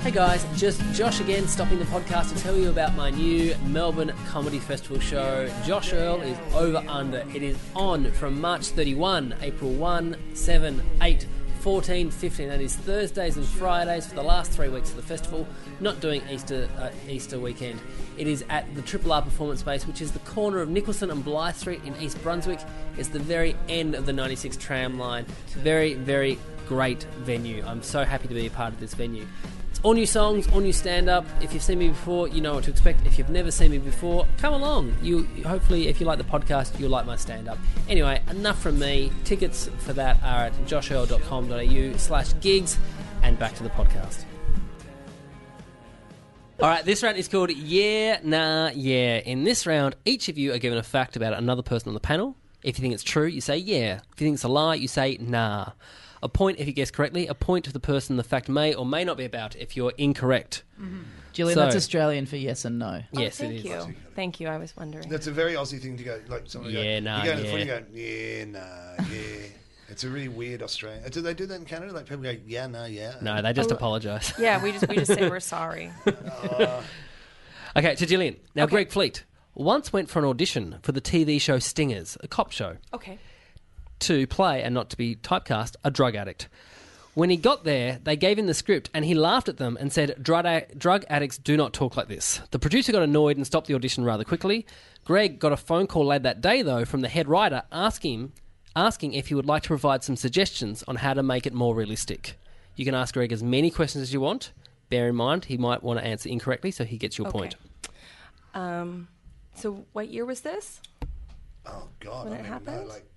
A: Hey guys, just Josh again stopping the podcast to tell you about my new Melbourne Comedy Festival show. Josh Earl is over under. It is on from March 31, April 1, 7, 8, 14, 15. That is Thursdays and Fridays for the last three weeks of the festival. Not doing Easter uh, Easter weekend. It is at the Triple R Performance Space, which is the corner of Nicholson and Blythe Street in East Brunswick. It's the very end of the 96 tram line. Very, very great venue. I'm so happy to be a part of this venue. It's all new songs, all new stand up. If you've seen me before, you know what to expect. If you've never seen me before, come along. You hopefully, if you like the podcast, you'll like my stand up. Anyway, enough from me. Tickets for that are at joshhurl.com.au slash gigs and back to the podcast. All right, this round is called Yeah, Nah, Yeah. In this round, each of you are given a fact about another person on the panel. If you think it's true, you say yeah. If you think it's a lie, you say nah. A point if you guess correctly, a point to the person the fact may or may not be about if you're incorrect.
C: Gillian,
A: So-
C: that's Australian for yes and no.
A: yes,
D: Oh, thank
A: it is.
D: you, thank you. I was wondering.
B: That's a very Aussie thing to go. Like someone go,
A: Yeah, nah,
B: You go to the
A: yeah.
B: footy, and go, yeah, nah, yeah. It's a really weird Australian. Do they do that in Canada? Like people go, yeah, nah, yeah.
A: No, they just apologise.
D: yeah, we just we just say we're sorry.
A: Okay, to Gillian. Now,
D: Okay.
A: Greg Fleet once went for an audition for the TV show Stingers, a cop show.
D: Okay.
A: to play and not to be typecast a drug addict. When he got there, they gave him the script and he laughed at them and said, drug, ad- drug addicts do not talk like this. The producer got annoyed and stopped the audition rather quickly. Greg got a phone call later that day, though, from the head writer asking, asking if he would like to provide some suggestions on how to make it more realistic. You can ask Greg as many questions as you want. Bear in mind, he might want to answer incorrectly, so he gets your point.
D: Um, so what year was this?
B: Oh God,
D: When
B: I
D: it
B: don't even know.
D: happened?
B: Like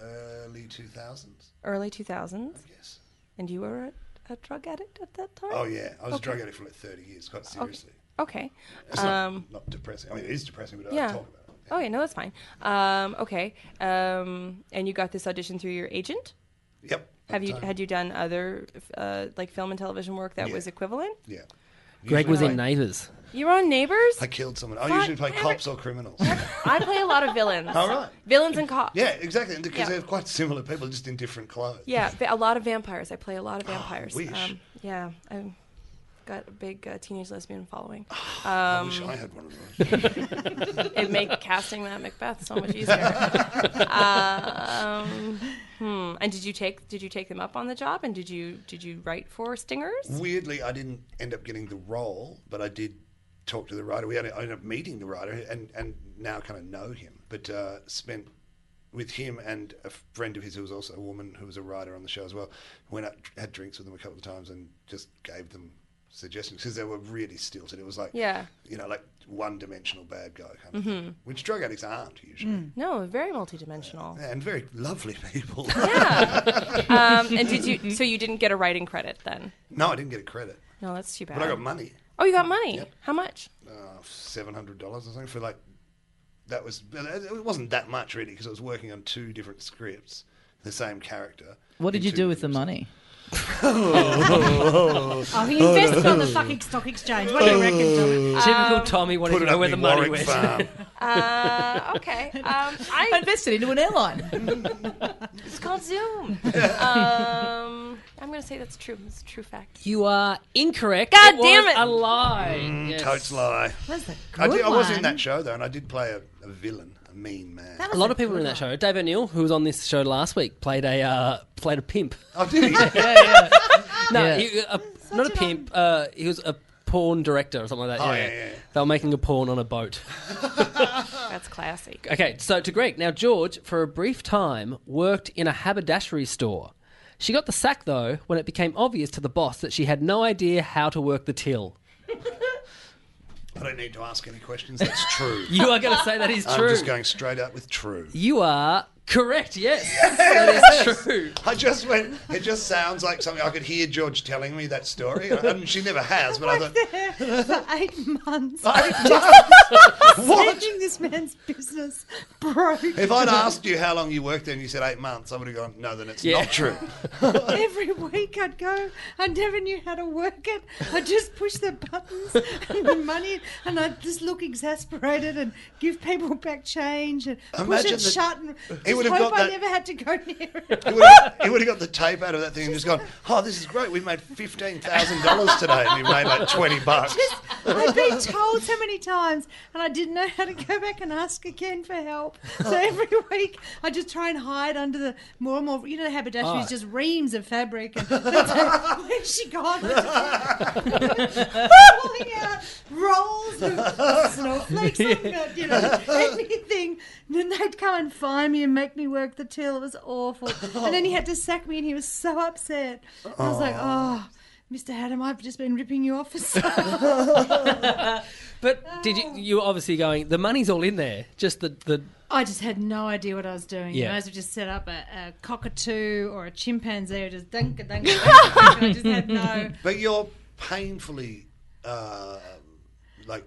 B: early two thousands.
D: Early 2000s.
B: Yes.
D: And you were a, a drug addict at that time?
B: Oh yeah, I was a drug addict for like thirty years, quite seriously.
D: Okay.
B: It's not,
D: Um,
B: not depressing. I mean, it is depressing, but I
D: yeah.
B: don't talk about it.
D: Okay, no, that's fine. Um, okay. Um, and you got this audition through your agent?
B: Yep. at
D: Have
B: the
D: you
B: time.
D: had you done other uh, like film and television work that
B: Yeah.
D: was equivalent?
B: Yeah.
A: Greg was
B: Usually
A: in
B: I-
A: Neighbours.
D: You were on Neighbours.
B: I killed someone. I
D: Fuck,
B: usually play
D: every-
B: cops or criminals.
D: I play a lot of villains.
B: All right.
D: Villains and cops.
B: yeah, exactly. Because
D: Yeah.
B: they're quite similar people, just in different clothes.
D: Yeah, va- a lot of vampires. I play a lot of vampires.
B: Ah, wish.
D: Um, yeah, I've got a big uh, teenage lesbian following.
B: I wish I had one of those.
D: It make casting that Macbeth so much easier. um, hmm. And did you take did you take them up on the job? And did you did you write for Stingers?
B: Weirdly, I didn't end up getting the role, but I did talk to the writer. We had I ended up meeting the writer, and and now kind of know him. But uh, spent with him and a friend of his who was also a woman who was a writer on the show as well. Went out, had drinks with them a couple of times, and just gave them suggestions because they were really stilted. It was like
D: Yeah. Mm-hmm.
B: you know, like one-dimensional bad guy kind of thing, which drug addicts aren't usually,
D: No, very multidimensional.
B: and very lovely people.
D: Yeah. um, and did you? So you didn't get a writing credit then?
B: no, I didn't get a credit,
D: No, that's too bad.
B: but I got money.
D: oh, you got money.
B: Yep.
D: How much?
B: seven hundred dollars or something for like that was it wasn't that much really because I was working on two different scripts, the same character.
C: What did
B: in
C: you
B: two
C: do with the
B: different-
C: money?
E: Oh, he invested on the fucking stock exchange. What do you reckon, Tom?
A: Typical Tommy wanted
B: Put
A: to
B: it
A: know where
B: up where
A: the money
B: Warwick
A: went.
B: Farm.
D: Uh, okay. Um,
C: I
D: I,
C: invested into an airline.
D: it's called Zoom. Um, I'm gonna say that's true. It's a true fact.
A: You are incorrect.
D: God
A: was
D: damn it.
A: A lie. Yes.
B: Totes lie.
E: Where's the good
B: I, did, I was
E: one?
B: in that show though, and I did play a, a villain, a mean man.
E: That
A: A
E: was
A: lot
E: a
A: of people
E: good
A: were in that
E: one.
A: show. Dave O'Neill, who was on this show last week, played a uh, played a pimp.
B: oh, did he?
C: yeah, yeah.
A: No,
C: Yeah.
A: he-
D: uh,
A: a- not a pimp. Uh, he was a porn director or something like that.
B: Oh,
A: yeah.
B: yeah, yeah.
A: They were making a porn on a boat.
D: That's classy.
A: Okay, so to Greg. Now, George, for a brief time, worked in a haberdashery store. She got the sack, though, when it became obvious to the boss that she had no idea how to work the till.
B: I don't need to ask any questions. That's true.
A: You are going to say that is
B: I'm
A: true.
B: just going straight up with true.
A: You are correct, yes. That is true.
B: I just went. It just sounds like something I could hear George telling me that story, and she never has. But I thought,
E: For eight months.
B: what?
E: Managing this man's business broke.
B: If I'd asked you how long you worked there and you said eight months, I would have gone, no, then it's
A: Yeah.
B: not true.
E: Every week I'd go. I never knew how to work it. I just push the buttons and the money, and I'd just look exasperated and give people back change and push
B: Imagine
E: it
B: the-
E: shut. And
B: He would
E: just
B: have
E: hope
B: got
E: I
B: that-
E: never had to go near it.
B: He would, have, he would have got the tape out of that thing and just gone, oh, this is great. We made $15,000 today and we made like 20 bucks.
E: I'd been told so many times, and I didn't know how to go back and ask again for help. So every week, I just try and hide under the more and more. You know, the haberdashery is just reams of fabric. And where's she gone? Pulling out rolls of snowflakes, and, you know, anything. And then they'd come and find me and make me work the till. It was awful. And then he had to sack me, and he was so upset. And I was like, oh. Mr. Adam, I've just been ripping you off for so
A: But did
C: Oh.
A: you, you were obviously going, the money's all in there. Just the, the
E: I just had no idea what I was doing. You
A: Yeah.
E: know, as we just set up a, a cockatoo or a chimpanzee, or just dunka dunka. dunka, and I just had no.
B: But you're painfully, uh, like,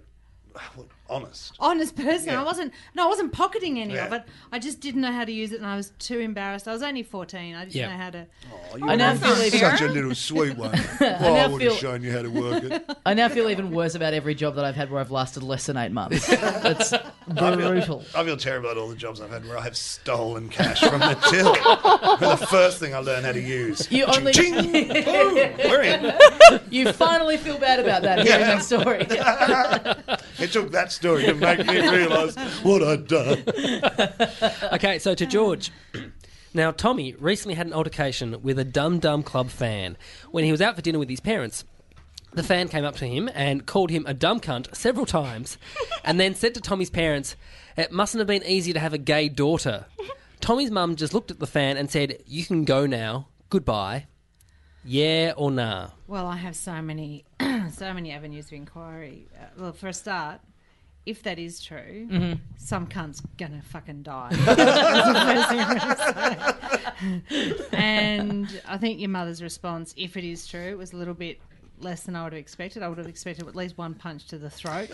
B: what- honest.
E: honest person.
B: Yeah.
E: I wasn't. No, I wasn't pocketing any of
B: Yeah.
E: it. I just didn't know how to use it, and I was too embarrassed. I was only fourteen. I didn't
A: Yeah.
E: know how to.
C: I now feel even,
B: Such a little sweet one. Well,
C: now
B: I would have
C: feel-
B: shown you how to work it.
C: I now feel even worse about every job that I've had where I've lasted less than eight months. That's brutal.
B: I feel terrible about all the jobs I've had where I have stolen cash from the till. For the first thing I learned how to use.
C: You only-
B: Ching, ching, boom, we're in.
C: You finally feel bad about that hearing that story.
B: It took that story to make me realise what I'd done.
C: Uh,
A: Okay, so to George. Now, Tommy recently had an altercation with a Dum Dum Club fan when he was out for dinner with his parents. The fan came up to him and called him a dumb cunt several times, and then said to Tommy's parents, It mustn't have been easy to have a gay daughter. Tommy's mum just looked at the fan and said, You can go now. Goodbye. Yeah or nah?
E: Well, I have so many, so many avenues of inquiry. Uh, well, for a start, if that is true,
C: Mm-hmm.
E: some cunt's gonna fucking die. That's the first thing I'm gonna say. and I think your mother's response, if it is true, was a little bit less than I would have expected. I would have expected at least one punch to the throat.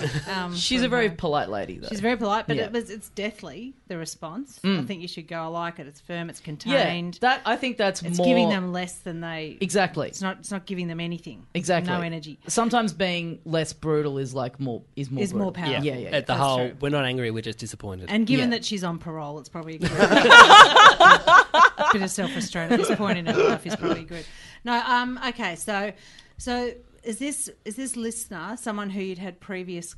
E: Um,
C: She's a
E: from
C: very
E: her.
C: polite lady, though.
E: She's very polite, but
C: Yeah. Mm.
E: it was it's deathly the response. I think you should go. I like it. It's firm. It's
C: yeah,
E: contained.
C: that I think that's
E: it's
C: more
E: giving them less than they
C: exactly.
E: It's not. It's not giving them anything.
C: exactly
E: No energy.
C: Sometimes being less brutal is like more is more
E: Is more
C: brutal.
E: powerful.
C: Yeah, yeah, yeah.
A: At the
E: That's
A: whole,
E: true.
A: we're not angry, we're just disappointed.
E: And given
C: Yeah.
E: that she's on parole, it's probably a good- a bit of self restraint at this point in her life is probably good. No, um, okay, so so is this is this listener someone who you'd had previous,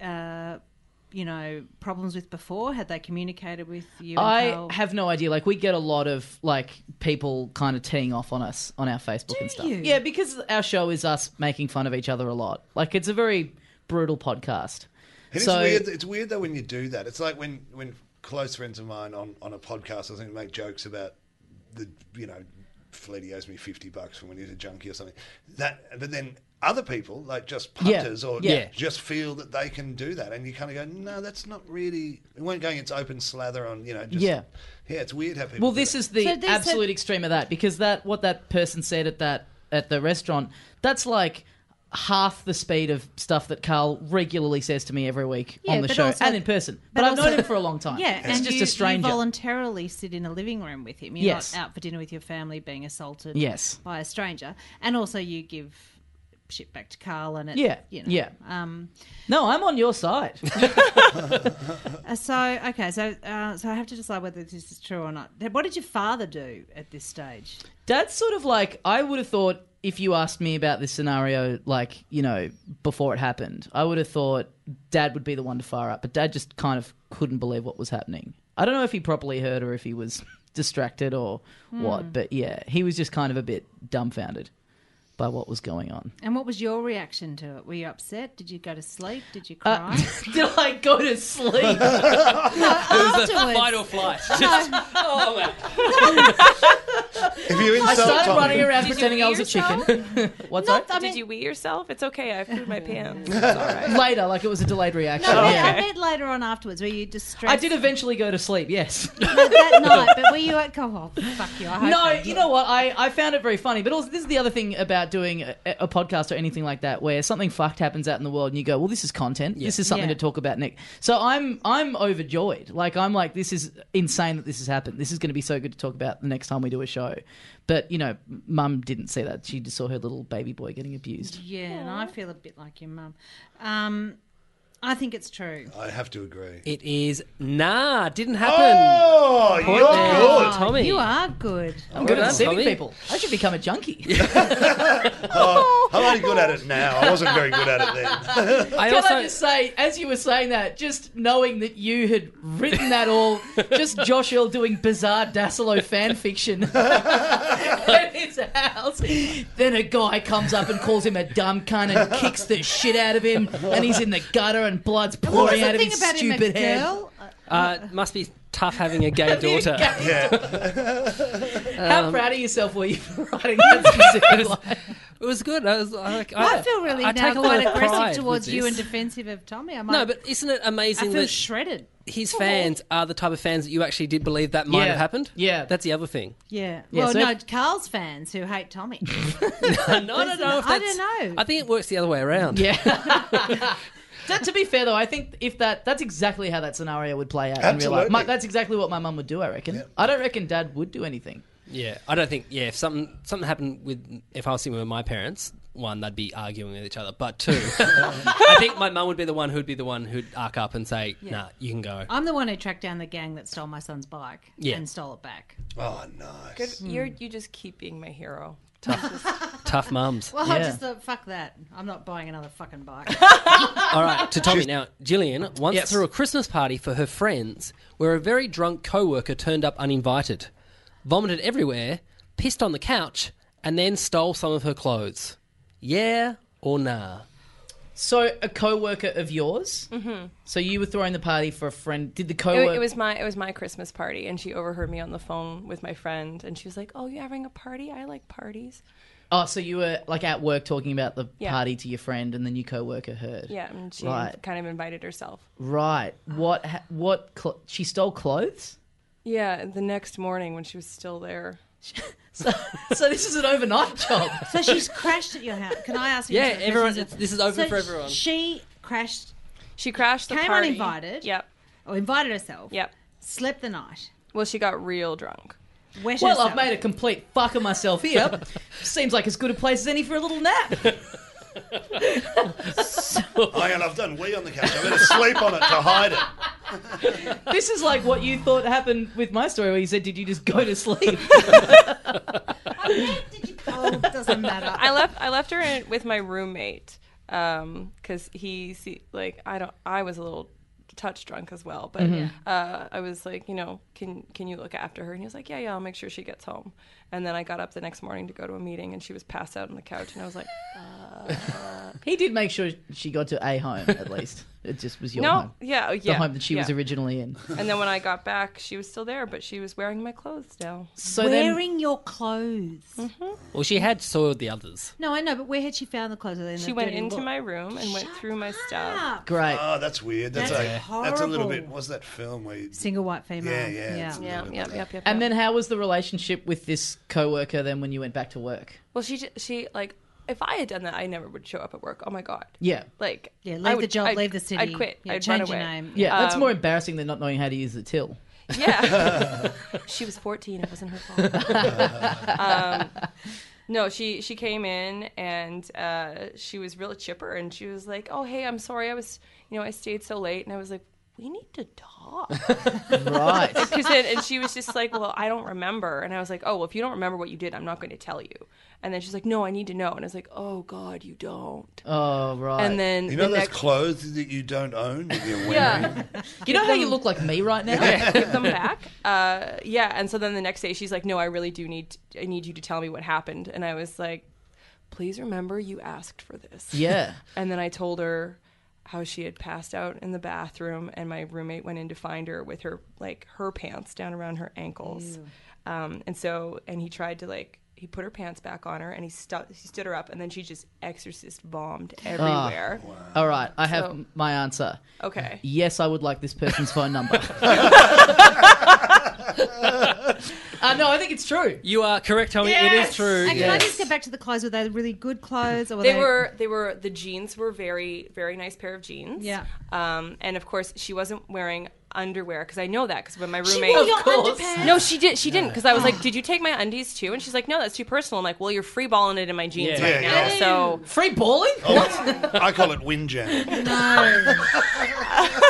E: uh, you know, problems with before? Had they communicated with you? and
C: I
E: Carl?
C: have no idea. Like we get a lot of like people kind of teeing off on us on our Facebook and stuff.
E: you?
C: Yeah, because our show is us making fun of each other a lot. Like it's a very brutal podcast.
B: It is
C: so
B: weird. It's weird though when you do that. It's like when when close friends of mine on on a podcast, I think make jokes about the you know, Fletty owes me fifty bucks from when he was a junkie or something. That, but then other people like just
C: Yeah.
B: punters or
C: Yeah.
B: just feel that they can do that, and you kind of go, no, that's not really. It won't going its open slather on you know. Just,
C: Yeah.
B: yeah. It's weird how people.
C: Well,
B: do
C: this
B: that.
C: is the
E: So they
C: absolute
E: said-
C: extreme of that because that what that person said at that at the restaurant that's like half the speed of stuff that Carl regularly says to me every week
E: Yeah,
C: on the
E: but
C: show
E: also-
C: and in person. But,
E: but
C: I've known
E: also-
C: him for a long time.
E: Yeah,
C: it's
E: and
C: just
E: you,
C: a stranger.
E: You voluntarily sit in a living room with him. You're
C: Yes.
E: not out for dinner with your family being assaulted.
C: Yes.
E: by a stranger, and also you give shit back to Carl, and it,
C: Yeah,
E: you know,
C: yeah.
E: Um,
C: no, I'm on your side.
E: uh, so okay, so uh, so I have to decide whether this is true or not. Then What did your father do at this stage?
C: That's sort of like I would have thought if you asked me about this scenario, like you know, before it happened, I would have thought Dad would be the one to fire up, but Dad just kind of couldn't believe what was happening. I don't know if he properly heard or if he was distracted or what, but yeah, he was just kind of a bit dumbfounded by what was going on.
E: And what was your reaction to it? Were you upset? Did you go to sleep? Did you
C: Uh,
E: cry?
C: Did I go to sleep?
E: Afterwards,
A: Fight or flight. Just, oh, man.
B: if you
C: I
B: insult
C: started
B: Tom-
C: running around
D: you
C: pretending I was a
D: eat yourself?
C: chicken. What's
E: Not-
C: that?
E: I mean,
D: Did you wee yourself? It's okay. I food my pants. It's all right.
C: Later, like it was a delayed reaction.
E: I meant-
C: yeah.
E: I meant later on afterwards. Were you distressed?
C: I did eventually go to sleep. Yes.
E: that night, but were you at? Oh, fuck you! I hope
C: No,
E: they did.
C: you know what? I, I found it very funny. But also, this is the other thing about doing a, a podcast or anything like that, where something fucked happens out in the world, and you go, "Well, this is content. This is something
E: Yeah.
C: to talk about, Nick." So I'm I'm overjoyed. Like I'm like, this is insane that this has happened. This is going to be so good to talk about the next time we do a show. But you know, Mum didn't see that. She just saw her little baby boy getting abused.
E: Yeah, and I feel a bit like your mum. Um, I think it's true.
B: I have to agree.
A: It is nah, didn't happen.
B: Oh, you're
A: Point there
B: good.
A: for Tommy. Oh,
E: You are good.
C: I'm good
A: Well
C: at
A: done,
C: deceiving
A: Tommy.
C: people. I should become a junkie.
B: I'm only good at it now. I wasn't very good at it then.
A: I
E: Oh.
C: Can
A: also,
C: I just say, as you were saying that, just knowing that you had written that all, just Josh Hill doing bizarre Dassilo fan fiction at his house. Then a guy comes up and calls him a dumb cunt and kicks the shit out of him, and he's in the gutter and blood's
E: What was
C: pouring
E: the
C: out of
E: thing
C: his
E: about him,
C: stupid
E: a
C: head.
E: girl?
A: uh, must be tough having a gay daughter. Um,
B: Yeah.
C: How proud of yourself were you for writing that specific line?
A: It was good. I, was, I, I,
E: I feel really
A: I
E: now
A: take a lot
E: quite
A: of pride
E: aggressive
A: with
E: towards you
A: this.
E: and defensive of Tommy. I might,
A: No, but isn't it
E: I
A: amazing
E: feel Oh.
A: that
E: shredded.
A: his fans are the type of fans that you actually did believe that might
C: Yeah.
A: have happened?
C: Yeah.
A: That's the other thing.
E: Yeah.
C: Yeah,
E: well,
C: so
E: no,
C: if-
E: Carl's fans who hate Tommy.
A: I don't know if
E: I
A: that's-
E: don't know.
A: I think it works the other way around.
C: Yeah. That, to be fair, though, I think if that that's exactly how that scenario would play out in real life.
B: Absolutely.
C: My, that's exactly what my mum would do. I reckon. I don't reckon Dad would do anything.
A: Yeah, I don't think. Yeah, if something something happened with if I was sitting with my parents, one they'd be arguing with each other, but two, I think my mum would be the one who'd be the one who'd arc up and say, "Nah, you can go."
E: I'm the one who tracked down the gang that stole my son's bike
A: Yeah.
E: and stole it back.
B: Oh, nice.
D: Good. You're you just keep being my hero.
A: Tough mums.
E: Well, I
C: Yeah.
E: just thought, fuck that. I'm not buying another fucking bike.
A: All right, to Tommy now. Gillian once
C: Yes.
A: threw a Christmas party for her friends, where a very drunk coworker turned up uninvited. vomited everywhere, pissed on the couch, and then stole some of her clothes. Yeah or nah?
C: So a co-worker of yours. Mm-hmm. So you were throwing the party for a friend. Did the
D: It,
C: co-worker?
D: wa- it was my it was my Christmas party, and she overheard me on the phone with my friend, and she was like, "Oh, you're having a party? I like parties."
C: oh, so you were like at work talking about the
D: Yeah.
C: party to your friend, and then your co-worker heard.
D: Yeah, and she
C: Right.
D: kind of invited herself.
C: Right. What? ha- What? Cl- she stole clothes.
D: Yeah, and the next morning when she was still there.
C: So, so this is an overnight job.
E: So she's crashed at your house. Can I ask? you
A: Yeah,
E: a question?
A: everyone- it's- this is open
E: So
A: for everyone.
E: She crashed
D: She crashed the
E: Came
D: party.
E: uninvited.
D: Yep.
E: or invited herself.
D: Yep.
E: Slept the night.
D: Well, she got real drunk.
E: Wet
C: Well,
E: herself.
C: I've made a complete fuck of myself here. Seems like as good a place as any for a little nap.
B: Oh, Hang on, I've done wee on the couch. I'm going to sleep on it to hide it.
C: This is like what you thought happened with my story, where you said, "Did you just go to sleep?"
E: Oh, doesn't matter.
D: I left. I left her in, with my roommate because he see, like I don't. I was a little touch drunk as well, but
C: Mm-hmm.
D: uh, I was like, you know, can can you look after her? And he was like, yeah, yeah, I'll make sure she gets home. And then I got up the next morning to go to a meeting, and she was passed out on the couch, and I was like,
C: he did make sure she got to a home at least. It just was your home,
D: no, yeah, oh,
C: the
D: yeah,
C: home that she was
D: yeah.
C: originally in.
D: And then when I got back, she was still there, but she was wearing my clothes now.
C: So then,
E: Wearing your clothes.
A: Well, she had soiled the others.
E: No, I know, but where had she found the clothes? Other than
D: She
E: the
D: went
E: dirty Ah.
D: into
E: look?
D: my room and went
E: Shut
D: through my stuff.
E: up.
C: great.
B: Oh, that's weird. That's,
E: That's
B: a that's a little
E: horrible.
B: bit. What's that film where? You,
E: Single white female.
B: Yeah, yeah, it's a
D: Yeah, yep, yep, yep.
C: And
D: yep.
C: then, how was the relationship with this coworker then when you went back to work?
D: well, she j- she like if I had done that, I never would show up at work. Oh my god.
C: Yeah,
D: Like
E: Yeah,
D: I
E: leave the
D: would-
E: job,
D: I'd-
E: leave the city.
D: I'd quit.
E: Yeah,
D: I'd
E: change
D: run away.
E: your name.
C: yeah. that's more embarrassing than not knowing how to use the till.
D: Yeah. she was 14. It wasn't her fault. um, no, she she came in and uh, she was real chipper and she was like, "Oh, hey, I'm sorry. I was, you know, I stayed so late." And I was like, "We need to talk."
C: Right.
D: Cause then, and she was just like, "Well, I don't remember." And I was like, "Oh, well, if you don't remember what you did, I'm not going to tell you." And then she's like, "No, I need to know." And I was like, "Oh God, you don't."
C: oh, right.
D: and then
B: you know
D: the
B: those
D: next,
B: clothes that you don't own that you're wearing.
D: yeah,
C: you know how you look like me right now?
D: give them back. Uh, yeah, and so then the next day she's like, "No, I really do need I need you to tell me what happened." And I was like, "Please remember you asked for this."
C: yeah.
D: And then I told her how she had passed out in the bathroom, and my roommate went in to find her with her like her pants down around her ankles, um, and so and he tried to like. He put her pants back on her, and he, stu- he stood her up, and then she just exorcist bombed everywhere.
C: All right. I have
D: So-
C: my answer.
D: Okay,
C: Yes, I would like this person's phone number. uh, no, I think it's true.
A: You are correct, Tommy. It is true.
E: And can I
A: yes.
E: just get back to the clothes? Were they really good clothes? Or were
D: they were they were the jeans were very very nice pair of jeans.
E: Yeah.
D: Um, and of course she wasn't wearing underwear because I know that because when my
E: She
D: roommate
E: wore your
C: course.
E: underpants.
D: no she did she didn't because I was like did you take my undies too and she's like no that's too personal I'm like well you're free balling it in my jeans
A: Yeah.
D: right
B: Yeah,
D: now
B: yeah.
D: so Oh.
C: Free balling?
B: I call it windjam.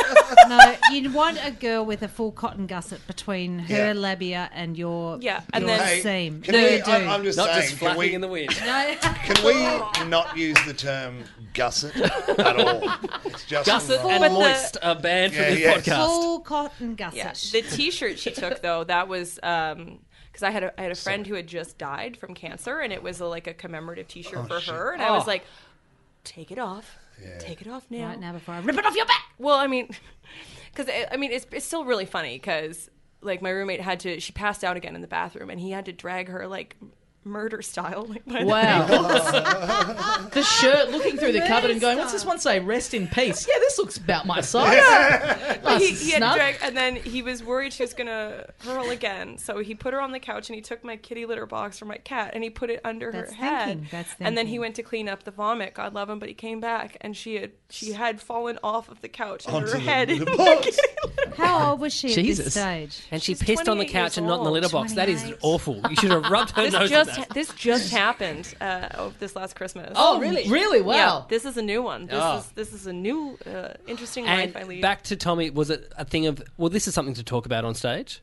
E: No. no, you'd want a girl with a full cotton gusset between her
B: Yeah.
E: labia and your
D: Yeah, and
E: your
D: then- Hey,
E: seam.
B: Can
E: No,
B: we,
E: you do.
B: I, am just
A: Not
B: saying.
A: just
B: can
A: flapping
B: we
A: in the wind.
B: can we not use the term gusset at all? It's just
A: Gusset
B: right.
A: and
D: But the-
A: Moist are banned
B: Yeah,
A: from uh, this
B: yeah.
A: podcast.
E: full cotton gusset.
D: yeah the t-shirt she took though that was um because I had a, I had a friend who had just died from cancer and it was a, like a commemorative t-shirt
B: Oh,
D: for her and I was like take it off take it off now
E: Oh. Right now, before I rip it off your back.
D: Well, I mean, because I mean, it's it's still really funny because like my roommate had to she passed out again in the bathroom and he had to drag her like murder style like by the
C: Wow. the shirt, looking through the cupboard and going, what's this one say? Rest in peace. Yeah, this looks about my size.
D: Like,
C: Nice
D: he,
C: and
D: he had to
C: snug.
D: drag, and then he was worried she was gonna hurl again. So he put her on the couch, and he took my kitty litter box for my cat, and he put it under
E: That's
D: her head.
E: thinking, that's
D: and then he
E: thinking.
D: went to clean up the vomit. God love him, but he came back, and she had she had fallen off of the couch, and
B: Onto
D: her
B: the-
D: head.
B: the
D: in my
B: box.
D: kitty litter
E: How old was she at
A: Jesus.
E: this stage?
A: And she
D: She's
A: pissed on the
D: 28
A: couch and not in the
D: years
A: litter box. That is
E: 28.
A: awful. You should have rubbed her
D: This
A: nose.
D: just
A: with that.
D: this just happened uh, oh, this last Christmas.
C: Oh, really? Really? Wow.
D: Yeah, this is a new one. This
A: Oh.
D: is this is a new uh, interesting life I
A: And
D: lead.
A: back to Tommy, was it a thing of well, this is something to talk about on stage?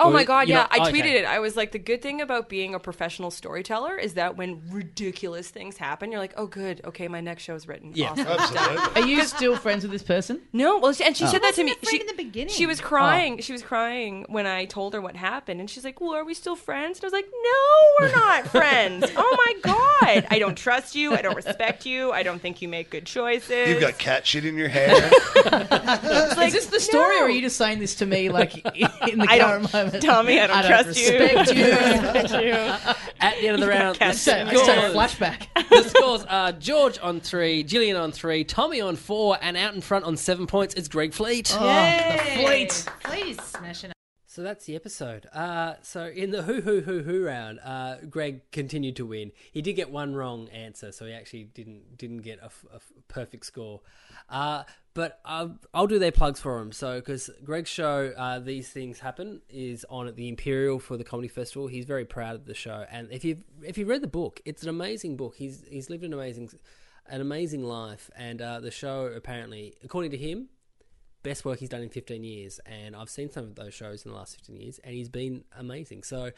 D: Oh
A: Or,
D: my god,
A: you know,
D: yeah. I
A: okay.
D: tweeted it. I was like, the good thing about being a professional storyteller is that when ridiculous things happen, you're like, oh good, okay, my next show's written.
A: Yeah. Uh,
D: Awesome.
B: Absolutely.
C: Are you still friends with this person?
D: No, well, she, and she said that to
E: wasn't
D: me.
E: a friend
D: She,
E: in the beginning.
D: she
A: Oh.
D: was crying. She was crying when I told her what happened, and she's like, "Well, are we still friends?" And I was like, "No, we're not friends. Oh my god, I don't trust you. I don't respect you. I don't think you make good choices."
B: You've got cat shit in your hair.
D: It's like,
C: Is this the story,
D: no.
C: or are you just saying this to me, like in the current
D: I don't,
C: moment?
D: Tommy. I don't, trust
C: respect you.
A: At the end of the round, the
D: catch
C: So, I just had a
A: scores,
C: flashback.
A: the scores are George on three, Gillian on three, Tommy on four, and out in front on seven points is Greg Fleet.
C: Oh, the fleet.
E: Please smash it. up.
A: So that's the episode. Uh, so in the who who who who round, uh, Greg continued to win. He did get one wrong answer, so he actually didn't didn't get a, f- a f- perfect score. Uh, but I'll, I'll do their plugs for him. So because Greg's show, uh, these things happen, is on at the Imperial for the comedy festival. He's very proud of the show, and if you if you read the book, it's an amazing book. He's he's lived an amazing an amazing life, and uh, the show apparently, according to him, best work he's done in 15 years and i've seen some of those shows in the last 15 years and he's been amazing so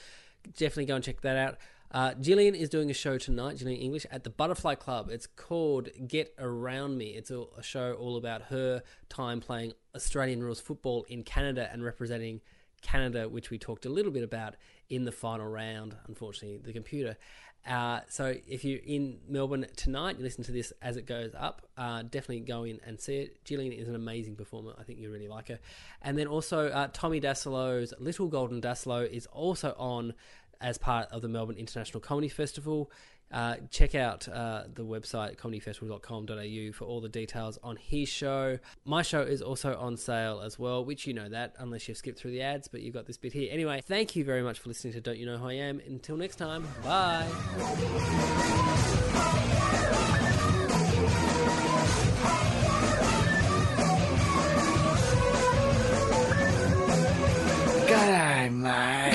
A: definitely go and check that out uh, Gillian is doing a show tonight, Gillian English, at the Butterfly Club. It's called Get Around Me. It's a, a show all about her time playing Australian rules football in Canada and representing Canada, which we talked a little bit about in the final round, unfortunately, the computer. Uh, so if you're in Melbourne tonight, you listen to this as it goes up, uh, definitely go in and see it. Gillian is an amazing performer. I think you really like her. And then also, uh, Tommy Dassilow's Little Golden Dassilo is also on as part of the Melbourne International Comedy Festival. Uh, check out uh, the website comedyfestival.com.au for all the details on his show. My show is also on sale as well, which you know that unless you've skipped through the ads, but you've got this bit here. Anyway, thank you very much for listening to Don't You Know Who I Am. Until next time, bye.
B: G'day, mate.